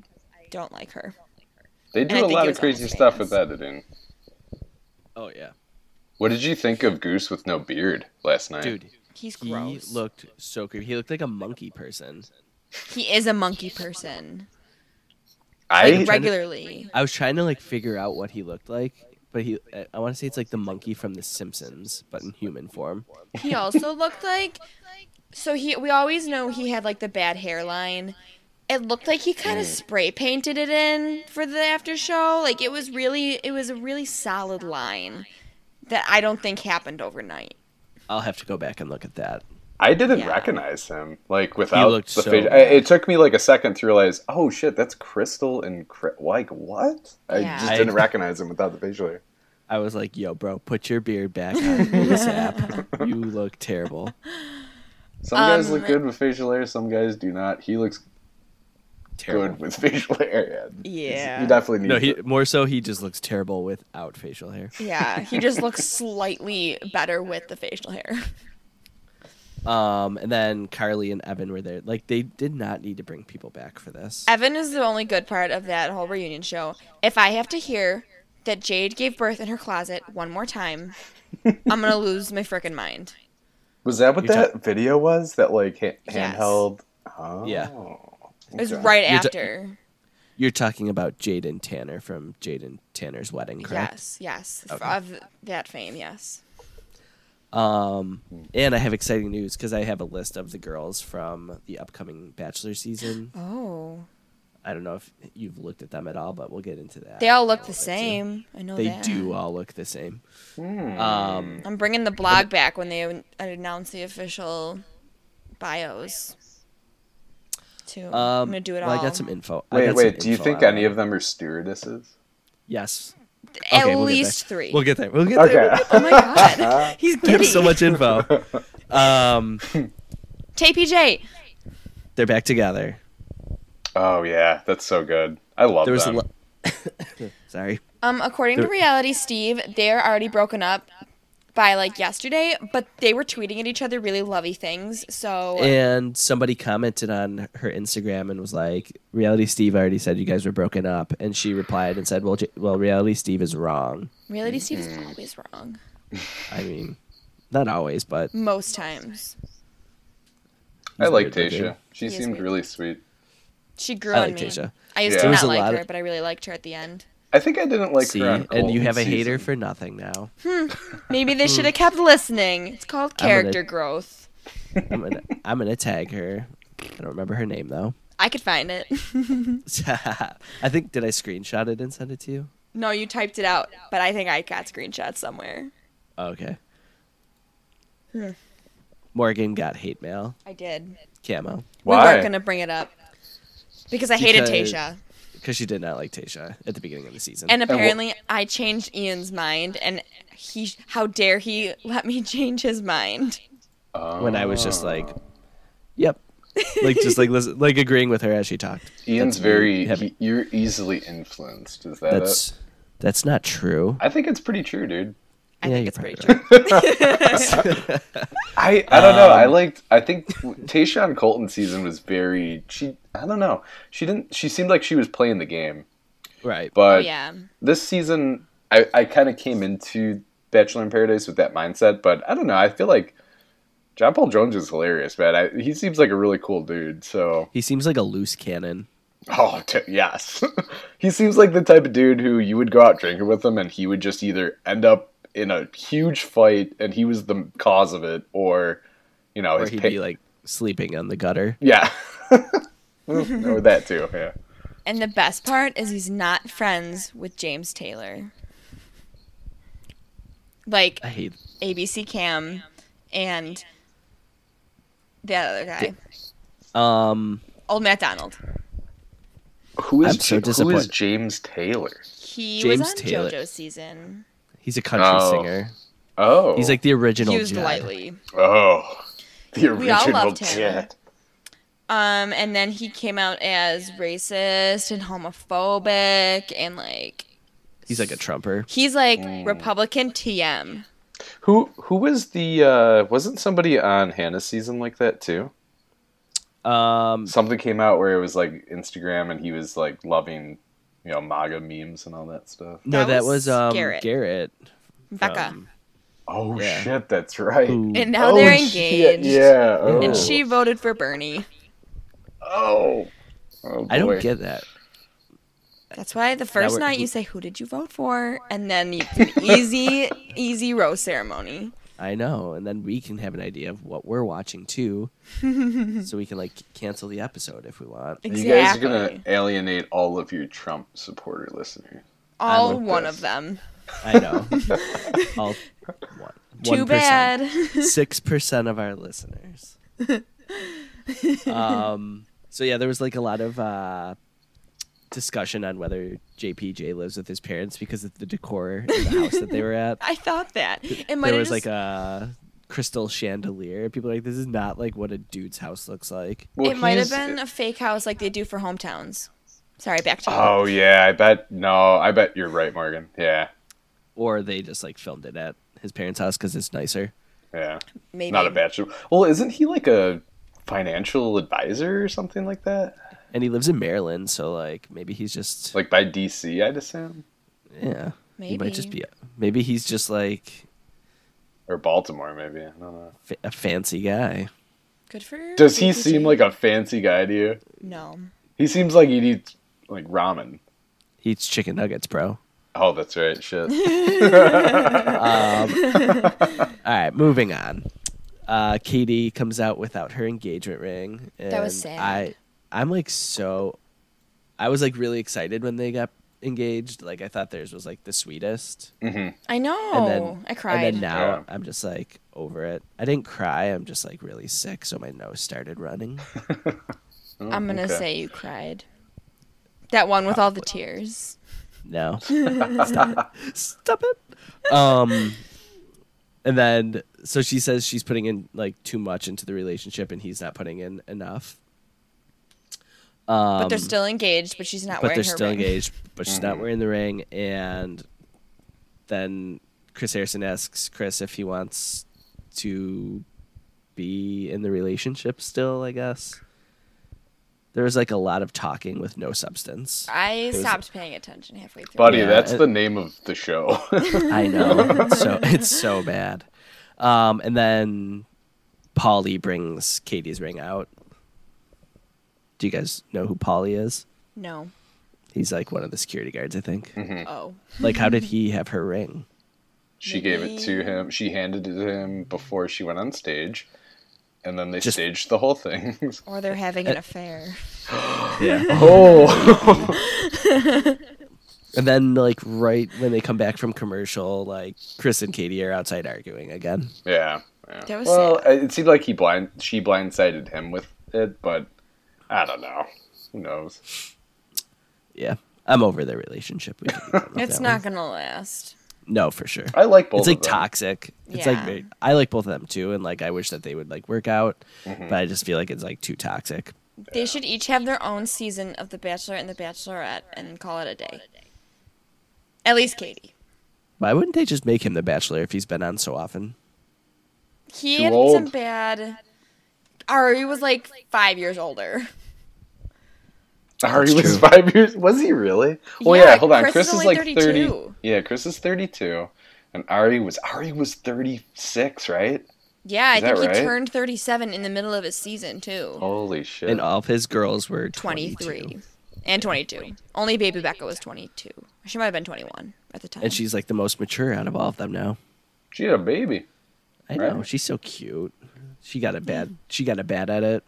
Speaker 3: don't like her.
Speaker 5: They
Speaker 3: I
Speaker 5: do a
Speaker 3: think
Speaker 5: lot
Speaker 3: he
Speaker 5: of
Speaker 3: was
Speaker 5: crazy
Speaker 3: almost
Speaker 5: stuff
Speaker 3: famous.
Speaker 5: with editing.
Speaker 4: Oh yeah.
Speaker 5: What did you think of Goose with no beard last night?
Speaker 4: Dude,
Speaker 3: He's
Speaker 4: he
Speaker 3: gross. He,
Speaker 4: looked so creepy. He looked like a monkey person.
Speaker 3: is a monkey person.
Speaker 5: I
Speaker 3: Like regularly.
Speaker 4: I was trying to like figure out what he looked like, but he I- I want to say it's like the monkey from the Simpsons but in human form.
Speaker 3: He also looked like so he we always know he had like the bad hairline. It looked like he kind of
Speaker 5: Mm.
Speaker 3: spray painted it in for the after show. Like it was really it was a really solid line that I don't think happened overnight.
Speaker 4: I'll have to go back and look at that.
Speaker 5: I didn't
Speaker 3: Yeah.
Speaker 5: recognize him. Like without
Speaker 4: looked
Speaker 5: the
Speaker 4: so
Speaker 5: face, I,
Speaker 4: bad.
Speaker 5: it took me like a second to realize. Oh shit, that's Crystal and Cri- like what? I
Speaker 3: Yeah.
Speaker 5: just
Speaker 4: I-
Speaker 5: didn't recognize him without the facial hair.
Speaker 4: I was like, "Yo, bro, put your beard back on ASAP. you look terrible."
Speaker 3: Um,
Speaker 5: Some guys look good with facial hair. Some guys do not. He looks
Speaker 4: Terrible.
Speaker 5: good with facial hair. Yeah.
Speaker 3: Yeah.
Speaker 5: You definitely need
Speaker 4: No, he
Speaker 5: it.
Speaker 4: more so he just looks terrible without facial hair.
Speaker 3: Yeah, he just looks slightly better with the facial hair.
Speaker 4: Um, and then Carly and Evan were there. Like they did not need to bring people back for this.
Speaker 3: Evan is the only good part of that whole reunion show. If I have to hear that Jade gave birth in her closet one more time, I'm gonna lose my freaking mind.
Speaker 5: Was that what
Speaker 4: You're
Speaker 5: that video was? That like ha-
Speaker 3: Yes.
Speaker 5: handheld. Oh.
Speaker 4: Yeah.
Speaker 3: It was
Speaker 5: okay.
Speaker 3: right
Speaker 4: You're ta-
Speaker 3: after.
Speaker 4: You're talking about Jade and Tanner from Jade and Tanner's wedding, correct?
Speaker 3: Yes, yes, f-
Speaker 4: Okay.
Speaker 3: of that fame. Yes.
Speaker 4: Um, and I have exciting news because I have a list of the girls from the upcoming Bachelor season.
Speaker 3: Oh,
Speaker 4: I don't know if you've looked at them at all, but we'll get into that.
Speaker 3: they all look the
Speaker 4: That's it.
Speaker 3: same. I know
Speaker 4: They
Speaker 3: that.
Speaker 4: do all look the same. Um,
Speaker 3: I'm bringing the blog back when they an- announce the official bios. Too.
Speaker 4: um,
Speaker 3: I'm gonna do it
Speaker 4: well,
Speaker 3: all.
Speaker 4: I got some info. I
Speaker 5: Wait,
Speaker 4: got some
Speaker 5: wait. Do you
Speaker 4: info
Speaker 5: think
Speaker 4: on
Speaker 5: any
Speaker 4: them.
Speaker 5: of them are stewardesses?
Speaker 4: Yes.
Speaker 3: At
Speaker 4: Okay, we'll get
Speaker 3: least
Speaker 4: there.
Speaker 3: three.
Speaker 4: We'll get there. We'll get there.
Speaker 5: Okay.
Speaker 3: oh my god, he's
Speaker 4: I have
Speaker 3: giddy.
Speaker 4: so much info. Um,
Speaker 3: TPJ.
Speaker 4: they're back together.
Speaker 5: oh yeah, that's so good. I love
Speaker 4: There was a
Speaker 5: them.
Speaker 4: lo- sorry.
Speaker 3: Um, according to
Speaker 4: They're-
Speaker 3: reality, Steve, they're already broken up by like yesterday, but they were tweeting at each other really lovey things. So
Speaker 4: And somebody commented on her Instagram and was like, "Reality Steve already said you guys were broken up," and she replied and said, "Well, J- well, Reality Steve is wrong.
Speaker 3: reality, Steve is
Speaker 4: mm-hmm.
Speaker 3: always wrong
Speaker 4: I mean, not always, but
Speaker 3: most times.
Speaker 5: I like
Speaker 4: He's weird
Speaker 5: Tasha.
Speaker 4: looking.
Speaker 5: She
Speaker 3: He is
Speaker 5: seemed
Speaker 3: weird.
Speaker 5: really sweet.
Speaker 3: She grew
Speaker 4: I
Speaker 3: on
Speaker 4: like
Speaker 3: me.
Speaker 4: Tayshia.
Speaker 3: I used to
Speaker 5: Yeah. There
Speaker 4: was
Speaker 3: not
Speaker 4: a
Speaker 3: like
Speaker 4: lot
Speaker 3: her,
Speaker 4: of-
Speaker 3: but I really liked her at the end.
Speaker 5: I think I didn't like
Speaker 4: see,
Speaker 5: her. on
Speaker 4: and you
Speaker 5: Colton's
Speaker 4: have a
Speaker 5: season.
Speaker 4: hater for nothing now.
Speaker 3: Maybe they should have kept listening. It's called
Speaker 4: I'm gonna-
Speaker 3: character growth.
Speaker 4: I'm gonna, I'm gonna tag her. I don't remember her name though.
Speaker 3: I could find it.
Speaker 4: I think did I screenshot it and send it to you?
Speaker 3: no, you typed it out, but I think I got screenshots somewhere.
Speaker 4: Oh, okay.
Speaker 3: Yeah.
Speaker 4: Morgan got hate mail.
Speaker 3: I did.
Speaker 4: Camo.
Speaker 3: We
Speaker 5: Why?
Speaker 3: weren't gonna bring it up because I hated
Speaker 4: Because-
Speaker 3: Tasha.
Speaker 4: because she did not like Tasha at the beginning of the season.
Speaker 3: And
Speaker 5: wha-
Speaker 3: apparently, I changed Ian's mind, and he, how dare he let me change his mind?
Speaker 5: Oh.
Speaker 4: when I was just like, "Yep," like just like listen, like agreeing with her as she talked.
Speaker 5: Ian's
Speaker 4: That's really
Speaker 5: very.
Speaker 4: heavy.
Speaker 5: He, you're easily influenced. Is
Speaker 3: uh,
Speaker 5: that it?
Speaker 4: That's that's not true.
Speaker 5: I think it's pretty true, dude.
Speaker 3: I
Speaker 4: Yeah,
Speaker 3: think
Speaker 4: you're
Speaker 3: it's pretty
Speaker 4: probably
Speaker 3: true.
Speaker 5: I I don't know. I
Speaker 4: Um,
Speaker 5: liked. I think Tayshawn on Colton season was very. She I don't know. She didn't. She seemed like she was playing the game,
Speaker 4: Right.
Speaker 5: but
Speaker 3: yeah,
Speaker 5: this season I I kind of came into Bachelor in Paradise with that mindset. But I don't know. I feel like John Paul Jones is hilarious, man. I, he seems like a really cool dude. So
Speaker 4: He seems like a loose cannon.
Speaker 5: oh t- yes, he seems like the type of dude who you would go out drinking with him, and he would just either end up in a huge fight, and he was the cause of it, or you know,
Speaker 4: Or
Speaker 5: his
Speaker 4: he'd
Speaker 5: pa-
Speaker 4: be like sleeping on the gutter.
Speaker 5: Yeah. or that too, yeah.
Speaker 3: and the best part is he's not friends with James Taylor, like
Speaker 4: I hate.
Speaker 3: ABC Cam and the other guy,
Speaker 4: Um.
Speaker 3: Old Matt Donald.
Speaker 5: Who
Speaker 4: I'm so
Speaker 5: who is
Speaker 4: disappointed.
Speaker 5: James Taylor?
Speaker 3: He
Speaker 4: James
Speaker 3: was on
Speaker 4: Taylor.
Speaker 3: JoJo's season.
Speaker 4: He's a country
Speaker 5: Oh.
Speaker 4: singer.
Speaker 5: Oh.
Speaker 4: He's like the original.
Speaker 3: Used
Speaker 4: Jed.
Speaker 3: lightly.
Speaker 5: Oh. The original
Speaker 3: We all loved him.
Speaker 5: Jet.
Speaker 3: Um, and then he came out as racist and homophobic and like
Speaker 4: He's like a trumper.
Speaker 3: He's like
Speaker 5: Mm.
Speaker 3: Republican TM.
Speaker 5: Who who was the uh wasn't somebody on Hannah's season like that too?
Speaker 4: Um.
Speaker 5: Something came out where it was like Instagram and he was like loving, you know, MAGA memes and all that stuff.
Speaker 4: No,
Speaker 3: That
Speaker 4: that
Speaker 3: was
Speaker 4: was, um,
Speaker 3: Garrett.
Speaker 4: Garrett.
Speaker 3: Oh, Becca.
Speaker 4: from-
Speaker 5: Oh
Speaker 4: Yeah.
Speaker 5: shit, that's right.
Speaker 4: who-
Speaker 3: and now
Speaker 5: Oh,
Speaker 3: they're
Speaker 5: shit,
Speaker 3: engaged.
Speaker 5: Yeah. Oh.
Speaker 3: And she voted for Bernie.
Speaker 5: Oh. Oh,
Speaker 4: I don't
Speaker 5: boy.
Speaker 4: get that.
Speaker 3: That's why the first
Speaker 4: we're-
Speaker 3: night you
Speaker 5: e-
Speaker 3: say, Who did you vote for? And then you easy, easy rose ceremony.
Speaker 4: I know, and then we can have an idea of what we're watching too, so we can like cancel the episode if we want.
Speaker 5: You
Speaker 3: Exactly.
Speaker 5: guys are gonna alienate all of your Trump supporter listeners.
Speaker 3: All
Speaker 4: love
Speaker 3: one
Speaker 5: this.
Speaker 3: of them.
Speaker 4: I know. All, one,
Speaker 3: Too bad.
Speaker 4: Six percent of our listeners. um. So yeah, there was like a lot of uh, discussion on whether JPJ lives with his parents because of the decor in the house that they were at.
Speaker 3: I thought that. It might
Speaker 4: there
Speaker 3: have
Speaker 4: was
Speaker 3: just,
Speaker 4: like a crystal chandelier. People are like, this is not like what a dude's house looks like.
Speaker 5: Well,
Speaker 3: it might have
Speaker 5: he's-
Speaker 3: been a fake house like they do for hometowns. Sorry, back to you.
Speaker 5: Oh yeah, I bet. No, I bet you're right, Morgan. Yeah,
Speaker 4: Or they just like filmed it at his parents' house because it's nicer.
Speaker 5: yeah.
Speaker 3: Maybe.
Speaker 5: Not a bachelor. Well, isn't he like a financial advisor or something like that?
Speaker 4: And he lives in Maryland, so like maybe he's just
Speaker 5: Like by DC, I'd assume,
Speaker 4: yeah. He might just
Speaker 3: Maybe.
Speaker 4: be maybe he's just like
Speaker 5: or Baltimore, maybe. I don't know.
Speaker 4: fa- a fancy guy.
Speaker 3: Good for.
Speaker 5: Does he
Speaker 3: JPG.
Speaker 5: seem like a fancy guy to you?
Speaker 3: No.
Speaker 5: He seems like he eats like ramen.
Speaker 4: He eats chicken nuggets, bro.
Speaker 5: Oh, that's right. Shit.
Speaker 4: All right, moving on. Uh, Katie comes out without her engagement ring. And
Speaker 3: That was sad.
Speaker 4: I, I'm like so. I was like really excited when they got engaged. Like I thought theirs was like the sweetest.
Speaker 3: I know.
Speaker 4: and then
Speaker 3: Oh, I cried.
Speaker 4: And then now
Speaker 5: Yeah.
Speaker 4: I'm just like over it. I didn't cry. I'm just like really sick, so my nose started running.
Speaker 3: I'm gonna
Speaker 5: okay.
Speaker 3: say you cried. That one with all the tears.
Speaker 4: No. Stop it. Stop it. Um and then so she says she's putting in like too much into the relationship and he's not putting in enough. Um,
Speaker 3: But they're still engaged, but she's not
Speaker 4: but
Speaker 3: wearing
Speaker 4: they're
Speaker 3: her
Speaker 4: still
Speaker 3: ring.
Speaker 4: engaged, but she's not wearing the ring and then Chris Harrison asks Chris if he wants to be in the relationship still, I guess. There was like a lot of talking with no substance.
Speaker 3: I stopped paying attention halfway through.
Speaker 5: Buddy,
Speaker 4: Yeah,
Speaker 5: that's
Speaker 4: it-
Speaker 5: the name of the show.
Speaker 4: I know. It's so it's so bad. Um, and then Polly brings Katie's ring out. Do you guys know who Polly is?
Speaker 3: No.
Speaker 4: He's like one of the security guards, I think.
Speaker 5: Hmm.
Speaker 3: Oh.
Speaker 4: Like, how did he have her ring?
Speaker 5: she gave it to him. She handed it to him before she went on stage, and then they
Speaker 4: Just-
Speaker 5: staged the whole thing.
Speaker 3: Or they're having an affair.
Speaker 4: Yeah.
Speaker 5: oh,
Speaker 4: and then, like, right when they come back from commercial, like Chris and Katie are outside arguing again.
Speaker 5: yeah. yeah.
Speaker 3: That was
Speaker 5: well, it seemed like he blind. She blindsided him with it, but I don't know. Who knows?
Speaker 4: Yeah, I'm over their relationship. We can be done with
Speaker 3: It's
Speaker 4: that
Speaker 3: not
Speaker 4: one.
Speaker 3: gonna last.
Speaker 4: No, for sure.
Speaker 5: I like both.
Speaker 4: it's like
Speaker 5: of them.
Speaker 4: toxic. It's like
Speaker 3: Yeah.
Speaker 4: very- I like both of them too, and like I wish that they would like work out,
Speaker 5: Mm-hmm.
Speaker 4: but I just feel like it's like too toxic.
Speaker 3: They should each have their own season of The Bachelor and The Bachelorette and call it a day. At least Katie.
Speaker 4: Why wouldn't they just make him the bachelor if he's been on so often?
Speaker 3: He
Speaker 5: Too
Speaker 3: had some
Speaker 5: old.
Speaker 3: bad. Ari was like five years older.
Speaker 5: Ari
Speaker 4: That's
Speaker 5: was
Speaker 4: true.
Speaker 5: five years. Was he really? Well,
Speaker 3: Yeah,
Speaker 5: yeah. hold on.
Speaker 3: Chris
Speaker 5: Chris,
Speaker 3: is
Speaker 5: is,
Speaker 3: only
Speaker 5: like
Speaker 3: 32.
Speaker 5: thirty. Yeah, Chris is thirty-two, and Ari was Ari was thirty-six, right?
Speaker 3: Yeah, I
Speaker 5: Is that
Speaker 3: think he
Speaker 5: right? Oh,
Speaker 3: turned 37 in the middle of his season, too.
Speaker 5: Holy shit!
Speaker 4: And all of his girls were
Speaker 3: 23
Speaker 4: 22.
Speaker 3: and 22. Only baby Becca was 22. She might have been 21 at the time.
Speaker 4: and she's like the most mature out of all of them now.
Speaker 5: she had a baby.
Speaker 4: I know
Speaker 5: Right.
Speaker 4: she's so cute. She got a
Speaker 3: Mm.
Speaker 4: bad. She got a bad at it.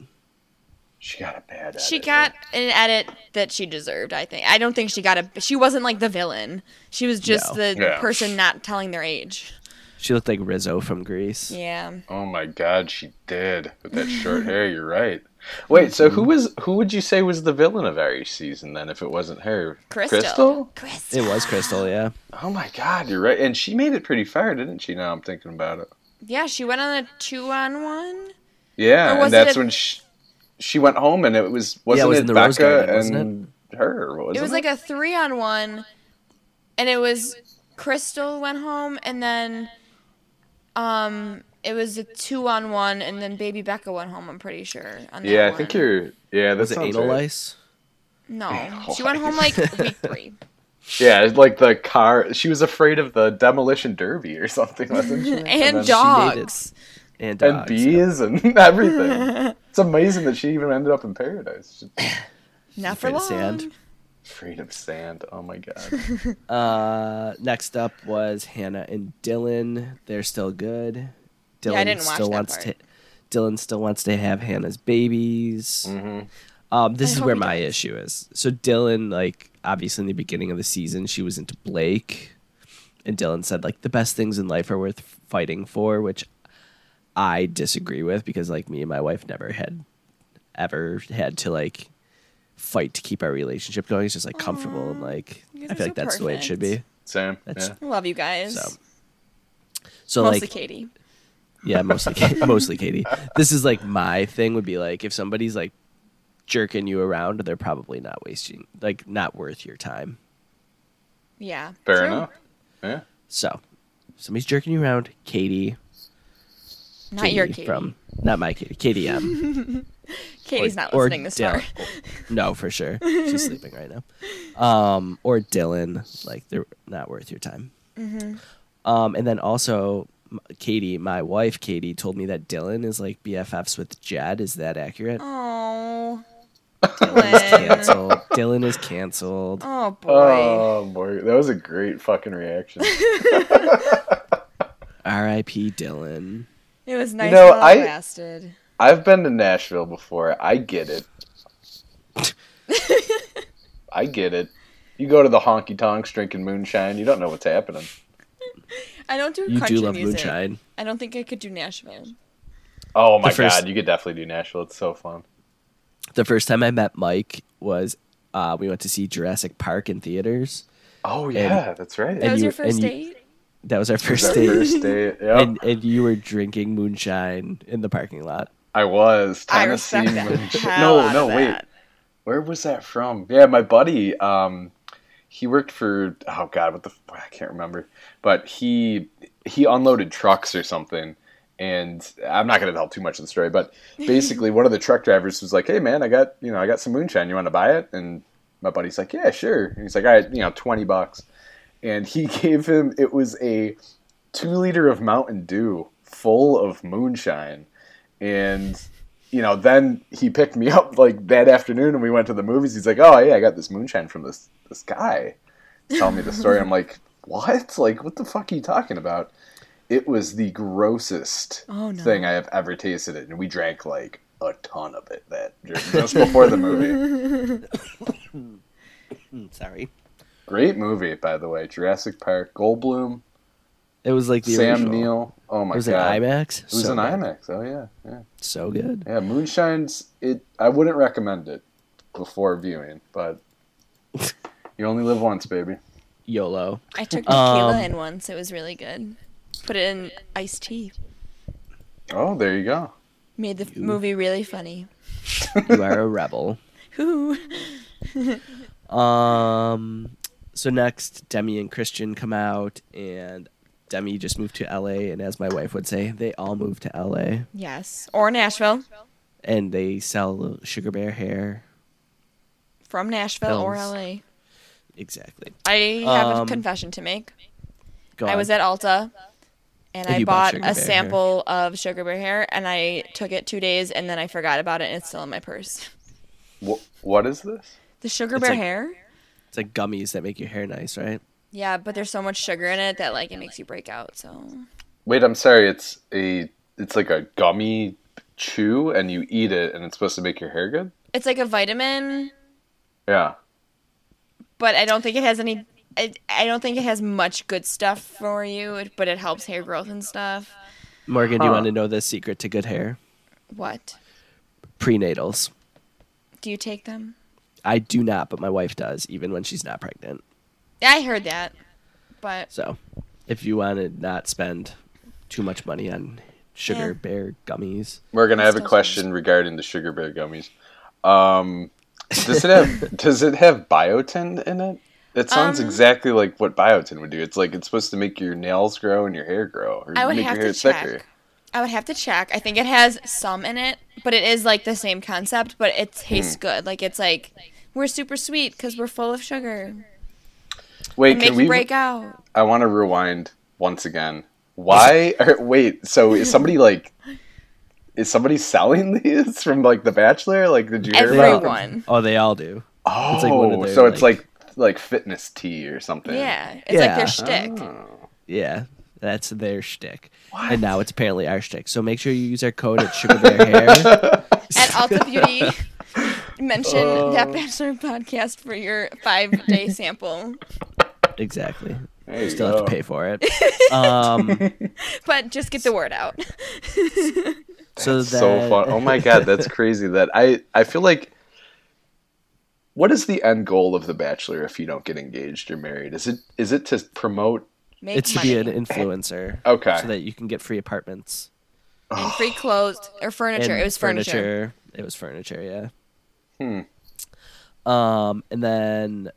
Speaker 5: She got a bad. at
Speaker 3: she
Speaker 5: it,
Speaker 3: got an edit that she deserved, I think. I don't think she got a she wasn't like the villain. She was just
Speaker 4: No.
Speaker 3: the
Speaker 5: Yeah.
Speaker 3: person not telling their age.
Speaker 4: She looked like Rizzo from Greece.
Speaker 3: Yeah.
Speaker 5: Oh my god, she did with that short hair. You're right. Wait, so
Speaker 4: Mm-hmm.
Speaker 5: who was who would you say was the villain of Ari's season then? If it wasn't her,
Speaker 3: Crystal.
Speaker 5: Crystal?
Speaker 3: Crystal.
Speaker 4: It was Crystal. Yeah.
Speaker 5: Oh my god, you're right. And she made it pretty far, didn't she? Now I'm thinking about it.
Speaker 3: Yeah, she went on a 2 on 1. Or
Speaker 5: Yeah,
Speaker 3: was
Speaker 5: and that's
Speaker 3: it a-
Speaker 5: when she, she went home, and it was wasn't
Speaker 4: it was
Speaker 5: it,
Speaker 4: in the Rose
Speaker 5: Becca
Speaker 4: Garden, wasn't
Speaker 5: and her? Wasn't
Speaker 3: It was like a 3 on 1 and it was Crystal went home and then um it was a 2 on 1 and then baby Becca went home, I'm pretty sure. on that
Speaker 5: Yeah, I think
Speaker 3: one.
Speaker 5: you're. Yeah, that
Speaker 4: Was it
Speaker 5: sounds
Speaker 4: anal
Speaker 5: right.
Speaker 4: lice?
Speaker 3: No.
Speaker 5: Oh,
Speaker 3: She went
Speaker 5: I-
Speaker 3: home like week three.
Speaker 5: Yeah, it's like the car. She was afraid of the demolition derby or something, wasn't she?
Speaker 3: And,
Speaker 5: then she
Speaker 3: dogs.
Speaker 4: And dogs.
Speaker 5: and bees and everything. it's amazing that she even ended up in paradise. She's
Speaker 3: Not for
Speaker 4: Afraid of
Speaker 3: long.
Speaker 4: sand.
Speaker 5: afraid of sand. Oh my god.
Speaker 4: Uh, next up was Hannah and Dylan. They're still good. Dylan
Speaker 3: Yeah, I didn't watch
Speaker 4: still
Speaker 3: that
Speaker 4: wants
Speaker 3: part.
Speaker 4: to. Dylan still wants to have Hannah's babies.
Speaker 5: Mhm.
Speaker 4: Um, this
Speaker 3: I
Speaker 4: is
Speaker 3: hope
Speaker 4: where
Speaker 3: he
Speaker 4: my issue is. So Dylan, like, obviously in the beginning of the season, she was into Blake, and Dylan said like the best things in life are worth fighting for, which I disagree with because like me and my wife never had ever had to like fight to keep our relationship going. It's just like comfortable and like
Speaker 3: you guys
Speaker 4: I
Speaker 3: are
Speaker 4: feel like
Speaker 3: so
Speaker 4: that's the way it should
Speaker 3: perfect.
Speaker 4: be.
Speaker 5: Sam.
Speaker 4: That's-
Speaker 5: yeah.
Speaker 3: Love you guys.
Speaker 4: So, so
Speaker 3: Mostly
Speaker 4: like
Speaker 3: Katie.
Speaker 4: Yeah, mostly Ka- mostly Katie. This is like my thing would be like if somebody's like jerking you around, they're probably not wasting like not worth your time.
Speaker 3: Yeah.
Speaker 5: Fair
Speaker 3: true.
Speaker 5: enough. Yeah.
Speaker 4: So, somebody's jerking you around, Katie.
Speaker 3: Not your
Speaker 4: Katie
Speaker 3: Katie.
Speaker 4: From not my Katie, Katie M.
Speaker 3: Katie's
Speaker 4: or-
Speaker 3: not
Speaker 4: or
Speaker 3: listening this far.
Speaker 4: Dylan. no, for sure. She's sleeping right now. Um, or Dylan, like they're not worth your time.
Speaker 3: Mm-hmm.
Speaker 4: Um, and then also, m- Katie, my wife, Katie, told me that Dylan is like BFFs with Jed. Is that accurate?
Speaker 3: Oh.
Speaker 4: Canceled. Dylan is canceled.
Speaker 3: Oh boy.
Speaker 5: Oh boy, that was a great fucking reaction.
Speaker 4: R.I.P. Dylan.
Speaker 3: it was nice
Speaker 5: know,
Speaker 3: while it
Speaker 5: I-
Speaker 3: lasted.
Speaker 5: I've been to Nashville before. I get it. I get it. You go to the honky tonks drinking moonshine. You don't know what's happening.
Speaker 3: I don't do
Speaker 4: You
Speaker 3: country
Speaker 4: do love
Speaker 3: music.
Speaker 4: moonshine.
Speaker 3: I don't think I could do Nashville.
Speaker 5: Oh my
Speaker 4: The first-
Speaker 5: god, you could definitely do Nashville. It's so fun.
Speaker 4: The first time I met Mike was uh, we went to see Jurassic Park in theaters.
Speaker 5: Oh yeah, that's right.
Speaker 3: That
Speaker 4: And
Speaker 3: was
Speaker 4: you-
Speaker 3: your first
Speaker 4: and you-
Speaker 3: date?
Speaker 4: That was our first
Speaker 5: That
Speaker 4: date.
Speaker 5: first date. Yep.
Speaker 4: and and you were drinking moonshine in the parking lot.
Speaker 5: I was
Speaker 3: I
Speaker 5: Tennessee.
Speaker 3: respect that.
Speaker 5: moonshine.
Speaker 3: Hell
Speaker 5: No,
Speaker 3: out
Speaker 5: no,
Speaker 3: of
Speaker 5: wait.
Speaker 3: that.
Speaker 5: Where was that from? Yeah, my buddy. Um, he worked for oh god, what the f- I can't remember, but he he unloaded trucks or something. And I'm not going to tell too much of the story, but basically, one of the truck drivers was like, "Hey, man, I got you know I got some moonshine. You want to buy it?" And my buddy's like, "Yeah, sure." And he's like, "All right, you know, twenty bucks." And he gave him it was a two liter of Mountain Dew full of moonshine, and you know, then he picked me up like that afternoon and we went to the movies. He's like, "Oh yeah, I got this moonshine from this this guy." Tell me the story. I'm like, "What? Like, what the fuck are you talking about?" It was the grossest
Speaker 3: Oh, no.
Speaker 5: thing I have ever tasted, it, and we drank like a ton of it that just before the movie.
Speaker 4: Sorry.
Speaker 5: Great movie, by the way. Jurassic Park, Goldblum,
Speaker 4: It was like the
Speaker 5: Sam
Speaker 4: original.
Speaker 5: Neill. Oh my
Speaker 4: It was an
Speaker 5: god,
Speaker 4: IMAX.
Speaker 5: It was
Speaker 4: so
Speaker 5: an
Speaker 4: good.
Speaker 5: IMAX. Oh yeah, yeah,
Speaker 4: So good.
Speaker 5: yeah. Moonshine's it. I wouldn't recommend it before viewing, but you only live once, baby.
Speaker 4: YOLO.
Speaker 3: I took tequila
Speaker 4: Um,
Speaker 3: in once. It was really good. Put it in iced tea.
Speaker 5: Oh, there you go.
Speaker 3: Made the movie really funny.
Speaker 4: You are a rebel.
Speaker 3: Who?
Speaker 4: Um. So next, Demi and Christian come out, and Demi just moved to LA, and as my wife would say, they all moved to LA,
Speaker 3: Yes. Or Nashville.
Speaker 4: and they sell sugar bear hair.
Speaker 3: From Nashville or
Speaker 4: Films.
Speaker 3: LA.
Speaker 4: Exactly.
Speaker 3: I have a
Speaker 4: Um,
Speaker 3: confession to make.
Speaker 4: Go
Speaker 3: I
Speaker 4: on.
Speaker 3: was at Alta and
Speaker 4: And
Speaker 3: I
Speaker 4: you bought
Speaker 3: bought
Speaker 4: Sugar
Speaker 3: a
Speaker 4: Bear
Speaker 3: sample of sugar bear hair and I took it two days and then I forgot about it and it's still in my purse.
Speaker 5: Wh- what is this?
Speaker 3: The sugar
Speaker 4: It's
Speaker 3: bear
Speaker 4: like-
Speaker 3: hair?
Speaker 4: It's like gummies that make your hair nice, right?
Speaker 3: Yeah, but there's so much sugar in it that like it makes you break out. So
Speaker 5: Wait, I'm sorry. It's a. It's like a gummy chew, and you eat it, and it's supposed to make your hair good.
Speaker 3: it's like a vitamin,
Speaker 5: Yeah.
Speaker 3: but I don't think it has any. I, I don't think it has much good stuff for you, but it helps hair growth and stuff.
Speaker 4: Morgan, do you
Speaker 5: Huh.
Speaker 4: want to know the secret to good hair?
Speaker 3: What?
Speaker 4: Prenatals.
Speaker 3: Do you take them?
Speaker 4: I do not, but my wife does, even when she's not pregnant.
Speaker 3: Yeah, I heard that, but
Speaker 4: So, if you want to not spend too much money on sugar
Speaker 3: Yeah.
Speaker 4: bear gummies,
Speaker 5: Morgan, I have a
Speaker 3: Disgusting.
Speaker 5: question regarding the sugar bear gummies. Um, does it have does it have biotin in it? It sounds
Speaker 3: Um,
Speaker 5: exactly like what biotin would do. It's like it's supposed to make your nails grow and your hair grow, or
Speaker 3: I would
Speaker 5: make
Speaker 3: have
Speaker 5: your hair
Speaker 3: to check. I would have to check. I think it has some in it, but it is like the same concept, but it
Speaker 5: Hmm.
Speaker 3: tastes good. Like it's like we're super sweet because we're full of sugar. It
Speaker 5: Wait, can
Speaker 3: makes
Speaker 5: we?
Speaker 3: you break out.
Speaker 5: I want to rewind once again. Why? Or, wait, so is somebody like? Is somebody selling these from like The Bachelor? Like, did you hear about? them?
Speaker 3: Everyone.
Speaker 4: oh, they all do.
Speaker 5: Oh,
Speaker 4: It's like one of their,
Speaker 5: so it's
Speaker 4: like-
Speaker 5: like like fitness tea or something.
Speaker 3: Yeah, it's like
Speaker 4: Yeah.
Speaker 5: Ah.
Speaker 3: their shtick.
Speaker 4: Yeah, that's their shtick. And now it's apparently our shtick. So make sure you use our code at sugar bear hair.
Speaker 3: at Alta Beauty. Mention
Speaker 4: Oh.
Speaker 3: that Bachelor podcast for your five day sample.
Speaker 4: exactly.
Speaker 5: There you
Speaker 4: Still have
Speaker 5: go.
Speaker 4: to pay for it. Um,
Speaker 3: But just get the word out.
Speaker 4: so
Speaker 5: That's so
Speaker 4: then-
Speaker 5: fun. Oh my god, that's crazy. That I I feel like. What is the end goal of The Bachelor if you don't get engaged or married? Is it is it to promote?
Speaker 3: Make
Speaker 4: It's to
Speaker 3: money.
Speaker 4: be an influencer.
Speaker 5: Okay.
Speaker 4: So that you can get free apartments.
Speaker 3: and free clothes or furniture.
Speaker 4: And
Speaker 3: It was furniture.
Speaker 4: It was furniture, yeah.
Speaker 5: Hmm.
Speaker 4: Um, and then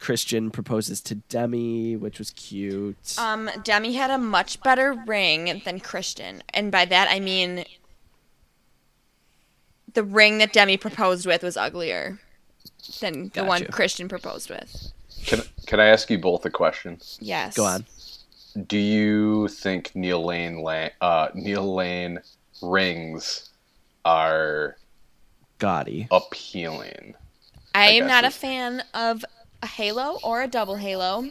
Speaker 4: Christian proposes to Demi, which was cute.
Speaker 3: Um, Demi had a much better ring than Christian, and by that I mean the ring that Demi proposed with was uglier than the one
Speaker 4: Gotcha.
Speaker 3: Christian proposed with.
Speaker 5: Can, can I ask you both a question?
Speaker 3: Yes.
Speaker 4: Go on.
Speaker 5: Do you think Neil Lane la- uh, Neil Lane rings are
Speaker 4: Gaudy.
Speaker 5: appealing?
Speaker 3: I am
Speaker 5: got
Speaker 3: not
Speaker 5: you.
Speaker 3: a fan of a halo or a double halo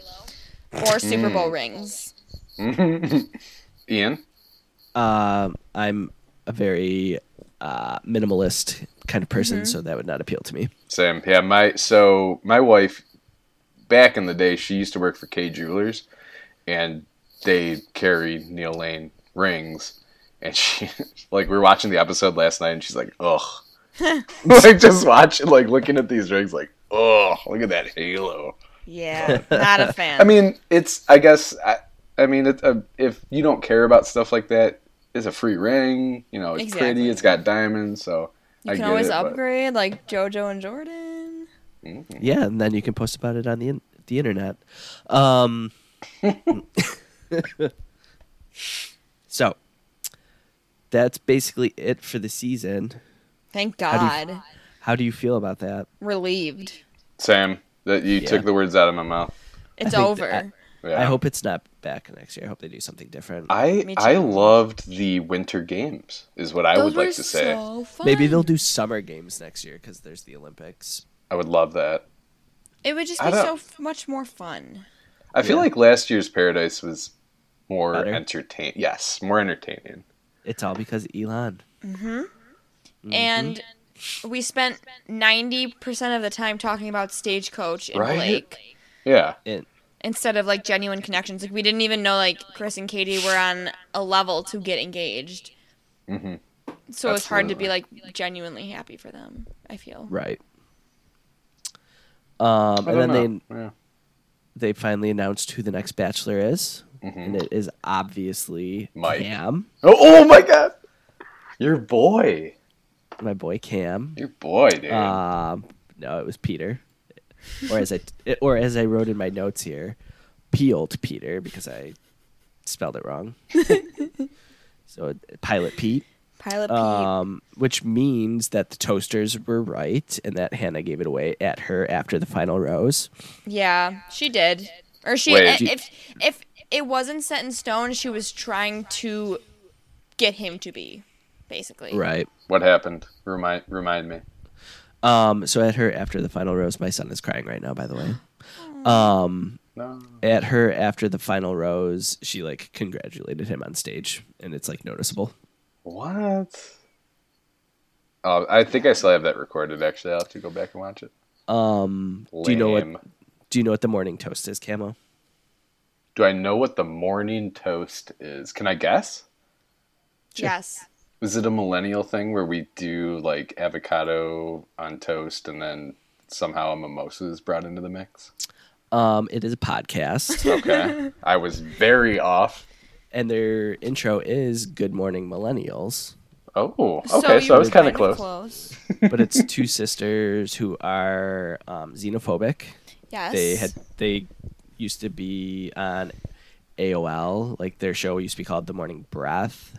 Speaker 3: or Super
Speaker 4: Mm.
Speaker 3: Bowl rings.
Speaker 5: Ian,
Speaker 4: Um, I'm a very uh, minimalist kind of person,
Speaker 5: Mm-hmm.
Speaker 4: so that would not appeal to me.
Speaker 5: Sam, yeah, my so my wife back in the day she used to work for K Jewelers, and they carry Neil Lane rings, and she like we were watching the episode last night, and she's like, ugh, like just watching, like looking at these rings, like, ugh, look at that halo.
Speaker 3: Yeah, not a fan.
Speaker 5: I mean, it's. I guess. I, I mean, it, uh, if you don't care about stuff like that, it's a free ring. You know, it's
Speaker 3: Exactly.
Speaker 5: pretty. It's got diamonds, so
Speaker 3: you
Speaker 5: I
Speaker 3: can
Speaker 5: get
Speaker 3: always
Speaker 5: it, but-
Speaker 3: upgrade like JoJo and Jordan.
Speaker 4: Yeah, and then you can post about it on the in- the internet. Um, so that's basically it for the season.
Speaker 3: Thank
Speaker 4: How
Speaker 3: God.
Speaker 4: How do you feel about that?
Speaker 3: Relieved.
Speaker 5: Sam, that you
Speaker 4: Yeah.
Speaker 5: took the words out of my mouth.
Speaker 3: It's
Speaker 4: think that-
Speaker 3: over.
Speaker 5: Yeah.
Speaker 4: I hope it's not back next year. I hope they do something different.
Speaker 5: I
Speaker 3: Me
Speaker 5: I
Speaker 3: too.
Speaker 5: loved the winter games. Is what I would like to say.
Speaker 3: fun.
Speaker 4: Maybe they'll do summer games next year because there's the Olympics.
Speaker 5: I would love that.
Speaker 3: It would just
Speaker 5: I
Speaker 3: be so
Speaker 5: don't-
Speaker 3: f- much more fun.
Speaker 5: I feel like last year's Paradise was more
Speaker 4: Better?
Speaker 5: entertain. Yes, more entertaining.
Speaker 4: It's all because Elon.
Speaker 5: Mm-hmm.
Speaker 3: And we spent ninety percent of the time talking about Stagecoach and
Speaker 5: Right?
Speaker 3: Blake
Speaker 5: Yeah.
Speaker 4: It,
Speaker 3: instead of like genuine connections. Like we didn't even know like Chris and Katie were on a level to get engaged. Mm-hmm. So it's hard to be like genuinely happy for them. I feel.
Speaker 4: right. Um,
Speaker 5: I
Speaker 4: and then
Speaker 5: don't
Speaker 4: they
Speaker 5: know. Yeah.
Speaker 4: they finally announced who the next bachelor is, and it is obviously
Speaker 5: Mike.
Speaker 4: Cam,
Speaker 5: Oh, oh my God! Your boy,
Speaker 4: my boy Cam.
Speaker 5: your boy, dude.
Speaker 4: Um, no, it was Peter, or as I or as I wrote in my notes here, peeled Peter because I spelled it wrong. so pilot Pete.
Speaker 3: Pilot Pete.
Speaker 4: Um, which means that the toasters were right and that Hannah gave it away at her after the final rose.
Speaker 3: Yeah, she did. Or she, eh,
Speaker 5: Wait. She-
Speaker 3: if if it wasn't set in stone, she was trying to get him to be, basically.
Speaker 4: Right.
Speaker 5: What happened? Remind remind me.
Speaker 4: Um, so at her after the final rose, my son is crying right now, by the way. Um,
Speaker 5: No.
Speaker 4: at her after the final rose, she like congratulated him on stage and it's like noticeable.
Speaker 5: What? Oh, I think I still have that recorded. Actually, I'll have to go back and watch it.
Speaker 4: Um, do you know what,
Speaker 5: Lame.
Speaker 4: do you know what the morning toast is, Camo?
Speaker 5: Do I know what the morning toast is? Can I guess?
Speaker 3: Yes.
Speaker 5: Is it a millennial thing where we do like avocado on toast and then somehow a mimosa is brought into the mix?
Speaker 4: Um, it is a podcast
Speaker 5: Okay. I was very off.
Speaker 4: and their intro is good morning millennials.
Speaker 5: Oh, okay. So, I was kind of close.
Speaker 4: but it's two sisters who are um, xenophobic.
Speaker 3: Yes.
Speaker 4: They had they used to be on AOL, like their show used to be called The Morning Breath,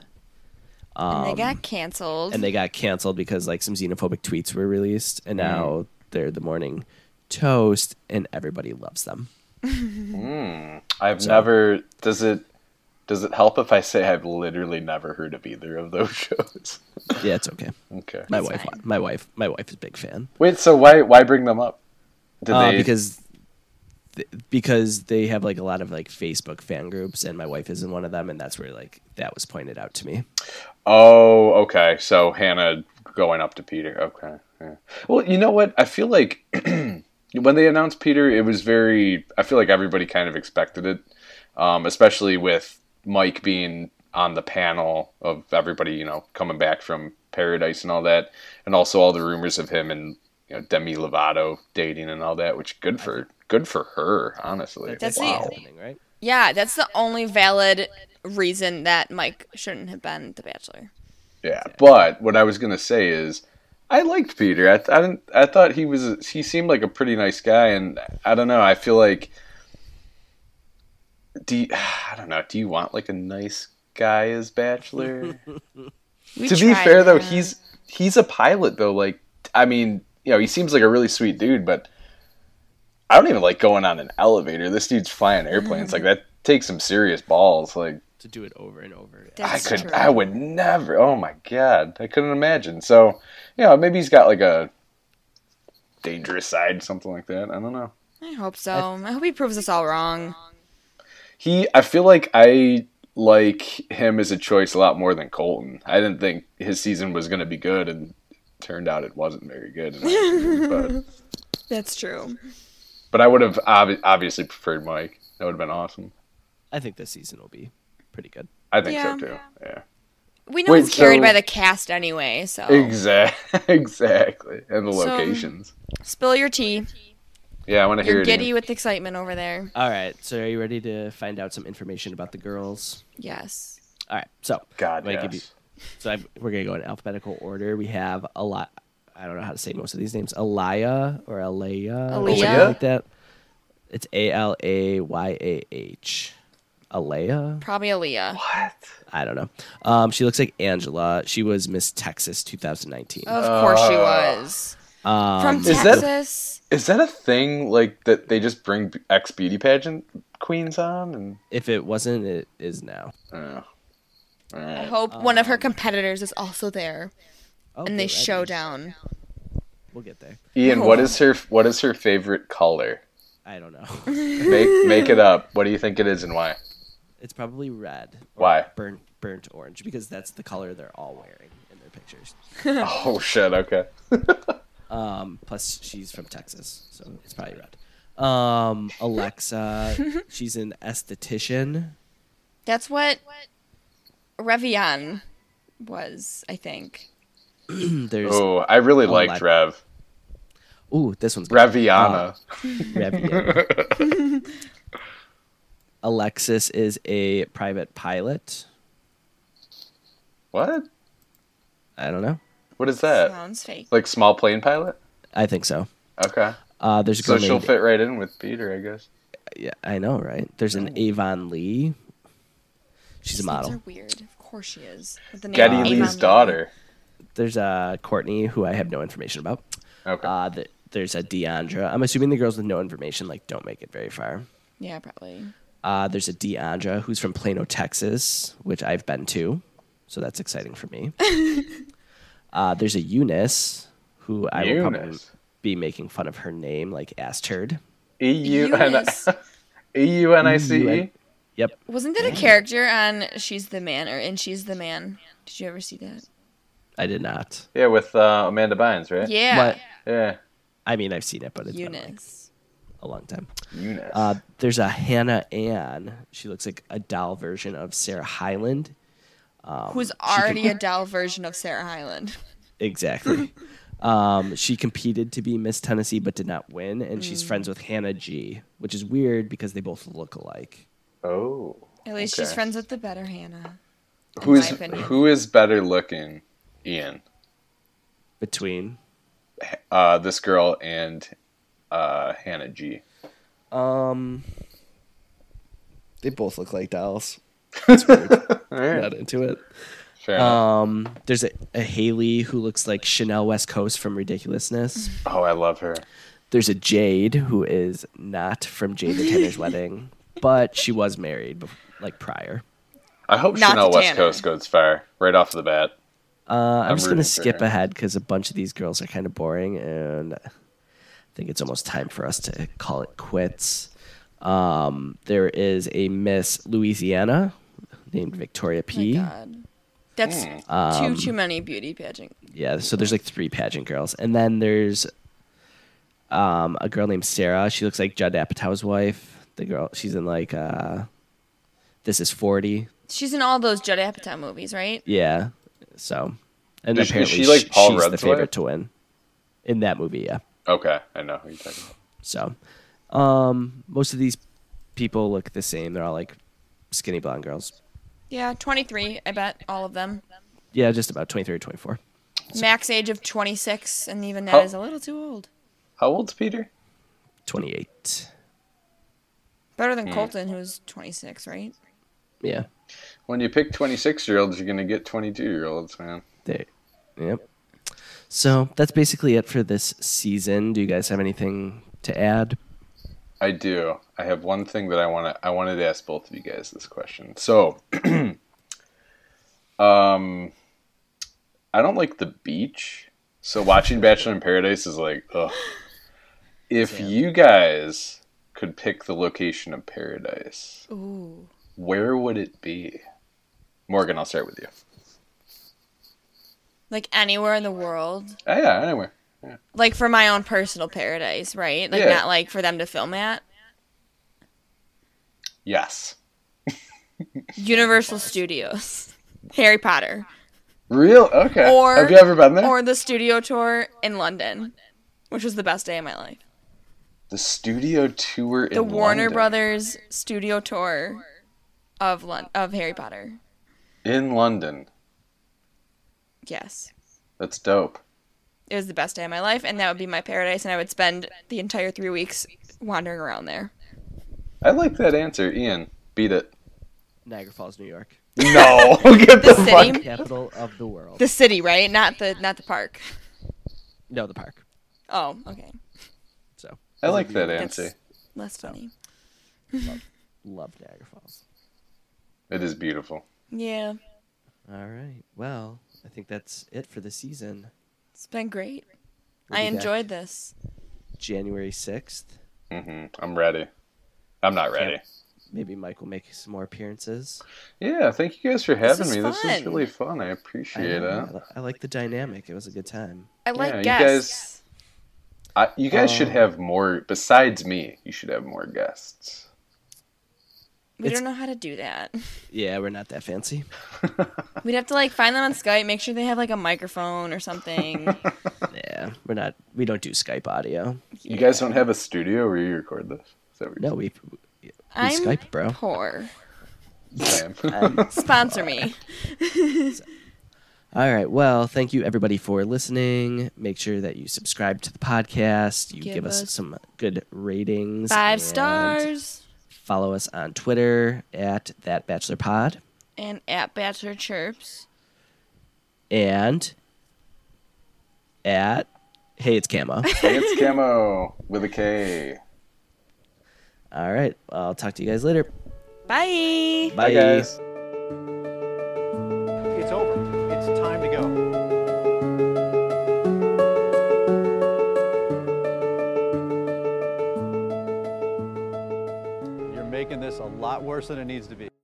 Speaker 3: and they
Speaker 5: um,
Speaker 3: got canceled.
Speaker 4: and they got canceled because like some xenophobic tweets were released, and now they're The Morning Toast, and everybody loves them.
Speaker 5: I've never. Does it? Does it help if I say I've literally never heard of either of those shows?
Speaker 4: Yeah, it's okay.
Speaker 5: okay.
Speaker 4: My
Speaker 3: That's
Speaker 4: wife,
Speaker 3: fine.
Speaker 4: my wife, my wife is a big fan
Speaker 5: Wait. So why why bring them up? Did
Speaker 4: uh,
Speaker 5: they?
Speaker 4: because. th- Because they have like a lot of like Facebook fan groups, and my wife is in one of them, and that's where like that was pointed out to me.
Speaker 5: Oh, okay. So Hannah going up to Peter. Okay. Yeah. Well, you know what? I feel like when they announced Peter, it was very. I feel like everybody kind of expected it, um, especially with Mike being on the panel of everybody, you know, coming back from Paradise and all that, and also all the rumors of him and you know Demi Lovato dating and all that, which good for good for her, honestly.
Speaker 3: That's
Speaker 5: wow.
Speaker 3: the-
Speaker 4: happening, right?
Speaker 3: yeah, that's the only valid reason that Mike shouldn't have been the Bachelor.
Speaker 5: Yeah, but what I was gonna say is, I liked Peter. I, th- I didn't. I thought he was. He seemed like a pretty nice guy, and I don't know. I feel like. Do you, I don't know. Do you want like a nice guy as bachelor?
Speaker 3: We
Speaker 5: to be
Speaker 3: tried
Speaker 5: fair though,
Speaker 3: that.
Speaker 5: he's he's a pilot though. Like, I mean, you know, he seems like a really sweet dude, but I don't even like going on an elevator. This dude's flying airplanes. like that takes some serious balls. Like.
Speaker 4: to do it over and over.
Speaker 3: That's
Speaker 5: I could
Speaker 3: true.
Speaker 5: I would never oh my god. I couldn't imagine. So, you know, maybe he's got like a dangerous side, something like that. I don't know.
Speaker 3: I hope so. I hope he proves us all wrong.
Speaker 5: He I feel like I like him as a choice a lot more than Colton. I didn't think his season was gonna be good and turned out it wasn't very good in my opinion, but
Speaker 3: That's true.
Speaker 5: but I would have obvi- obviously preferred Mike. That would have been awesome.
Speaker 4: I think this season will be pretty good.
Speaker 5: I think
Speaker 3: Yeah.
Speaker 5: so too. Yeah.
Speaker 3: We know
Speaker 5: Wait,
Speaker 3: he's carried
Speaker 5: so-
Speaker 3: by the cast anyway, so
Speaker 5: Exact exactly. And the
Speaker 3: So-
Speaker 5: locations.
Speaker 3: spill your tea.
Speaker 5: Yeah, I want to hear
Speaker 3: You're
Speaker 5: it.
Speaker 3: giddy
Speaker 5: again.
Speaker 3: with excitement over there.
Speaker 4: All right, so are you ready to find out some information about the girls?
Speaker 3: Yes.
Speaker 4: All right, so
Speaker 5: God,
Speaker 4: I'm gonna
Speaker 5: yes.
Speaker 4: give you- so I'm, we're gonna go in alphabetical order. We have a lot. I don't know how to say most of these names. Alaya or Alaya, or something
Speaker 3: Aliyah?
Speaker 4: like that. It's A L A Y A H. Alaya.
Speaker 3: Probably Aaliyah.
Speaker 5: What?
Speaker 4: I don't know. Um, she looks like Angela. She was Miss Texas 2019.
Speaker 3: Of course
Speaker 5: Uh,
Speaker 3: she was.
Speaker 4: Um,
Speaker 3: From
Speaker 5: is that-
Speaker 3: Texas.
Speaker 5: Is that a thing? Like that they just bring ex beauty pageant queens on and
Speaker 4: if it wasn't, it is now.
Speaker 5: oh. All
Speaker 3: I
Speaker 5: right.
Speaker 4: Uh,
Speaker 3: hope one of her competitors is also there
Speaker 4: Oh,
Speaker 3: and they
Speaker 4: good, I
Speaker 3: show
Speaker 4: didn't-
Speaker 3: down.
Speaker 4: We'll get there.
Speaker 5: Ian, what is her what is her favorite color?
Speaker 4: I don't know.
Speaker 5: Make make it up. What do you think it is and why?
Speaker 4: It's probably red. or
Speaker 5: Why?
Speaker 4: Burnt, burnt orange because that's the color they're all wearing in their pictures.
Speaker 5: Oh shit, okay.
Speaker 4: Um, plus, she's from Texas, so it's probably red. Um, Alexa, she's an esthetician.
Speaker 3: That's what Revian was, I think.
Speaker 4: There's
Speaker 5: Oh, I really liked Rev.
Speaker 4: ooh, this one's good. E
Speaker 5: Reviana.
Speaker 4: Revian. Alexis is a private pilot.
Speaker 5: What?
Speaker 4: I don't know.
Speaker 5: What is that?
Speaker 3: Sounds fake.
Speaker 5: Like small plane pilot?
Speaker 4: I think so.
Speaker 5: Okay.
Speaker 4: Uh, there's a
Speaker 5: So
Speaker 4: girl
Speaker 5: she'll
Speaker 4: named,
Speaker 5: fit right in with Peter, I guess.
Speaker 4: yeah, I know, right? There's an Avon Lee. Oh. She's a
Speaker 3: These names
Speaker 4: model.
Speaker 3: are weird. Of course she is. With the name
Speaker 5: Getty
Speaker 3: Avon
Speaker 5: Lee's
Speaker 3: Lee.
Speaker 5: daughter.
Speaker 4: There's uh, Courtney, who I have no information about.
Speaker 5: Okay.
Speaker 4: Uh, th- there's a Deandra. I'm assuming the girls with no information like don't make it very far.
Speaker 3: Yeah, probably.
Speaker 4: Uh, there's a Deandra who's from Plano, Texas, which I've been to, so that's exciting for me. uh, there's a Eunice who I will probably
Speaker 5: Eunice.
Speaker 4: be making fun of her name, like ass turd.
Speaker 5: E U N
Speaker 3: Eunice.
Speaker 5: E U N I C E.
Speaker 4: Yep,
Speaker 3: Wasn't that a character on She's the Man or In She's the Man? Did you ever see that?
Speaker 4: I did not.
Speaker 5: Yeah, with uh, Amanda Bynes, right?
Speaker 3: Yeah.
Speaker 4: But
Speaker 5: Yeah.
Speaker 4: I mean, I've seen it, but it's been like,
Speaker 3: Eunice.
Speaker 4: a long time.
Speaker 5: Eunice.
Speaker 4: Uh, there's a Hannah Ann. She looks like a doll version of Sarah Hyland. Um,
Speaker 3: Who's already a doll version of Sarah Hyland.
Speaker 4: Exactly. um, she competed to be Miss Tennessee but did not win, and she's friends with Hannah G, which is weird because they both look alike.
Speaker 5: oh.
Speaker 3: At least she's
Speaker 5: Okay.
Speaker 3: friends with the better Hannah.
Speaker 5: Who's
Speaker 3: my opinion.
Speaker 5: who is better looking, Ian?
Speaker 4: Between
Speaker 5: Uh, this girl and uh, Hannah G.
Speaker 4: um, they both look like dolls.
Speaker 5: All right.
Speaker 4: Not into it.
Speaker 5: Fair enough.
Speaker 4: Um, there's a, a Haley who looks like Chanel West Coast from Ridiculousness.
Speaker 5: oh, I love her.
Speaker 4: There's a Jade who is not from Jade the Tanner's wedding, but she was married, bef- like prior.
Speaker 5: I hope
Speaker 3: Not
Speaker 5: Chanel
Speaker 3: to
Speaker 5: West
Speaker 3: Tanner.
Speaker 5: Coast goes far right off the bat.
Speaker 4: Uh, I'm,
Speaker 5: I'm
Speaker 4: just gonna
Speaker 5: rooting for
Speaker 4: skip
Speaker 5: her.
Speaker 4: ahead because a bunch of these girls are kind of boring, and I think it's almost time for us to call it quits. Um, there is a Miss Louisiana named Victoria
Speaker 3: My
Speaker 4: P.
Speaker 3: God. That's too too many beauty pageant.
Speaker 4: yeah, so there's like three pageant girls, and then there's um, a girl named Sarah. She looks like Judd Apatow's wife. The girl, she's in like uh, this is forty.
Speaker 3: She's in all those Judd Apatow movies, right?
Speaker 4: Yeah, so and
Speaker 5: Is she- is
Speaker 4: apparently
Speaker 5: she like
Speaker 4: sh-
Speaker 5: Paul
Speaker 4: she's the
Speaker 5: Rudd's
Speaker 4: favorite
Speaker 5: wife?
Speaker 4: to win in that movie. Yeah.
Speaker 5: Okay, I know who you're talking about.
Speaker 4: So, um, most of these people look the same. They're all like skinny blonde girls.
Speaker 3: Yeah, 23, I bet all of them.
Speaker 4: yeah, just about 23 or 24.
Speaker 3: Max age of 26, and even
Speaker 5: How-
Speaker 3: that is a little too old.
Speaker 5: How old's Peter?
Speaker 4: 28.
Speaker 3: Better than Colton, who's 26, right?
Speaker 4: Yeah.
Speaker 5: When you pick 26 year olds, you're going to get 22 year olds, man.
Speaker 4: There. Yep. So that's basically it for this season. Do you guys have anything to add?
Speaker 5: I do. I have one thing that I want to. I wanted to ask both of you guys this question. So, um, I don't like the beach. So watching Bachelor in Paradise is like, ugh. If you guys could pick the location of paradise,
Speaker 3: Ooh.
Speaker 5: where would it be? Morgan, I'll start with you.
Speaker 3: Like anywhere in the world.
Speaker 5: Oh, yeah, anywhere.
Speaker 3: Like for my own personal paradise, right? Like
Speaker 5: Yeah.
Speaker 3: not like for them to film at.
Speaker 5: Yes.
Speaker 3: Universal Studios. Harry Potter.
Speaker 5: Real? Okay.
Speaker 3: Or-
Speaker 5: have you ever been there?
Speaker 3: Or the studio tour in London, which was the best day of my life.
Speaker 5: the studio tour in
Speaker 3: The Warner
Speaker 5: London.
Speaker 3: Brothers studio tour of Lon- of Harry Potter.
Speaker 5: in London.
Speaker 3: Yes.
Speaker 5: That's dope.
Speaker 3: It was the best day of my life, and that would be my paradise, and I would spend the entire three weeks wandering around there.
Speaker 5: I like that answer, Ian. Beat it.
Speaker 4: Niagara Falls, New York,
Speaker 5: No, get the,
Speaker 3: The city,
Speaker 4: capital of the world.
Speaker 3: the city, right? Not the not the park.
Speaker 4: No, the park.
Speaker 3: Oh, okay.
Speaker 4: So
Speaker 5: I like that
Speaker 3: That's
Speaker 5: answer.
Speaker 3: less funny.
Speaker 4: love Niagara Falls.
Speaker 5: It is beautiful.
Speaker 3: Yeah,
Speaker 4: All right. Well, I think that's it for the season.
Speaker 3: it's been great.
Speaker 4: We'll
Speaker 3: I
Speaker 4: be back
Speaker 3: enjoyed this.
Speaker 4: January sixth.
Speaker 5: hmm I'm ready. I'm not ready.
Speaker 4: Maybe Mike will make some more appearances.
Speaker 5: Yeah, thank you guys for having
Speaker 3: is
Speaker 5: me. This is
Speaker 3: fun.
Speaker 5: really fun. I
Speaker 4: I,
Speaker 5: appreciate
Speaker 4: know,
Speaker 5: it.
Speaker 4: I li- I like the dynamic. It was a good time.
Speaker 3: I like
Speaker 5: you
Speaker 3: guests.
Speaker 5: I, you guys should
Speaker 4: Um,
Speaker 5: have more. Besides me, you should have more guests.
Speaker 3: We
Speaker 4: It's-
Speaker 3: don't know how to do that.
Speaker 4: Yeah, we're not that fancy.
Speaker 3: We'd have to like find them on Skype, make sure they have like a microphone or something.
Speaker 4: Yeah, we're not. We don't do Skype audio.
Speaker 5: You guys don't have a studio where you record this. Is that what
Speaker 4: No, we, we
Speaker 3: I'm
Speaker 4: Skype, bro.
Speaker 3: poor.
Speaker 5: you're saying?
Speaker 3: Sponsor me.
Speaker 4: All right. Well, thank you everybody for listening. Make sure that you subscribe to the podcast. You give,
Speaker 3: Give
Speaker 4: us,
Speaker 3: us
Speaker 4: some good ratings.
Speaker 3: Five
Speaker 4: and
Speaker 3: stars
Speaker 4: Follow us on Twitter at that bachelor pod
Speaker 3: and at Bachelor Chirps.
Speaker 4: and at hey it's Camo.
Speaker 5: it's camo with a K.
Speaker 4: All right. I'll talk to you guys later.
Speaker 3: Bye.
Speaker 5: Bye, guys.
Speaker 2: It's over. It's time to go.
Speaker 1: You're making this a lot worse than it needs to be.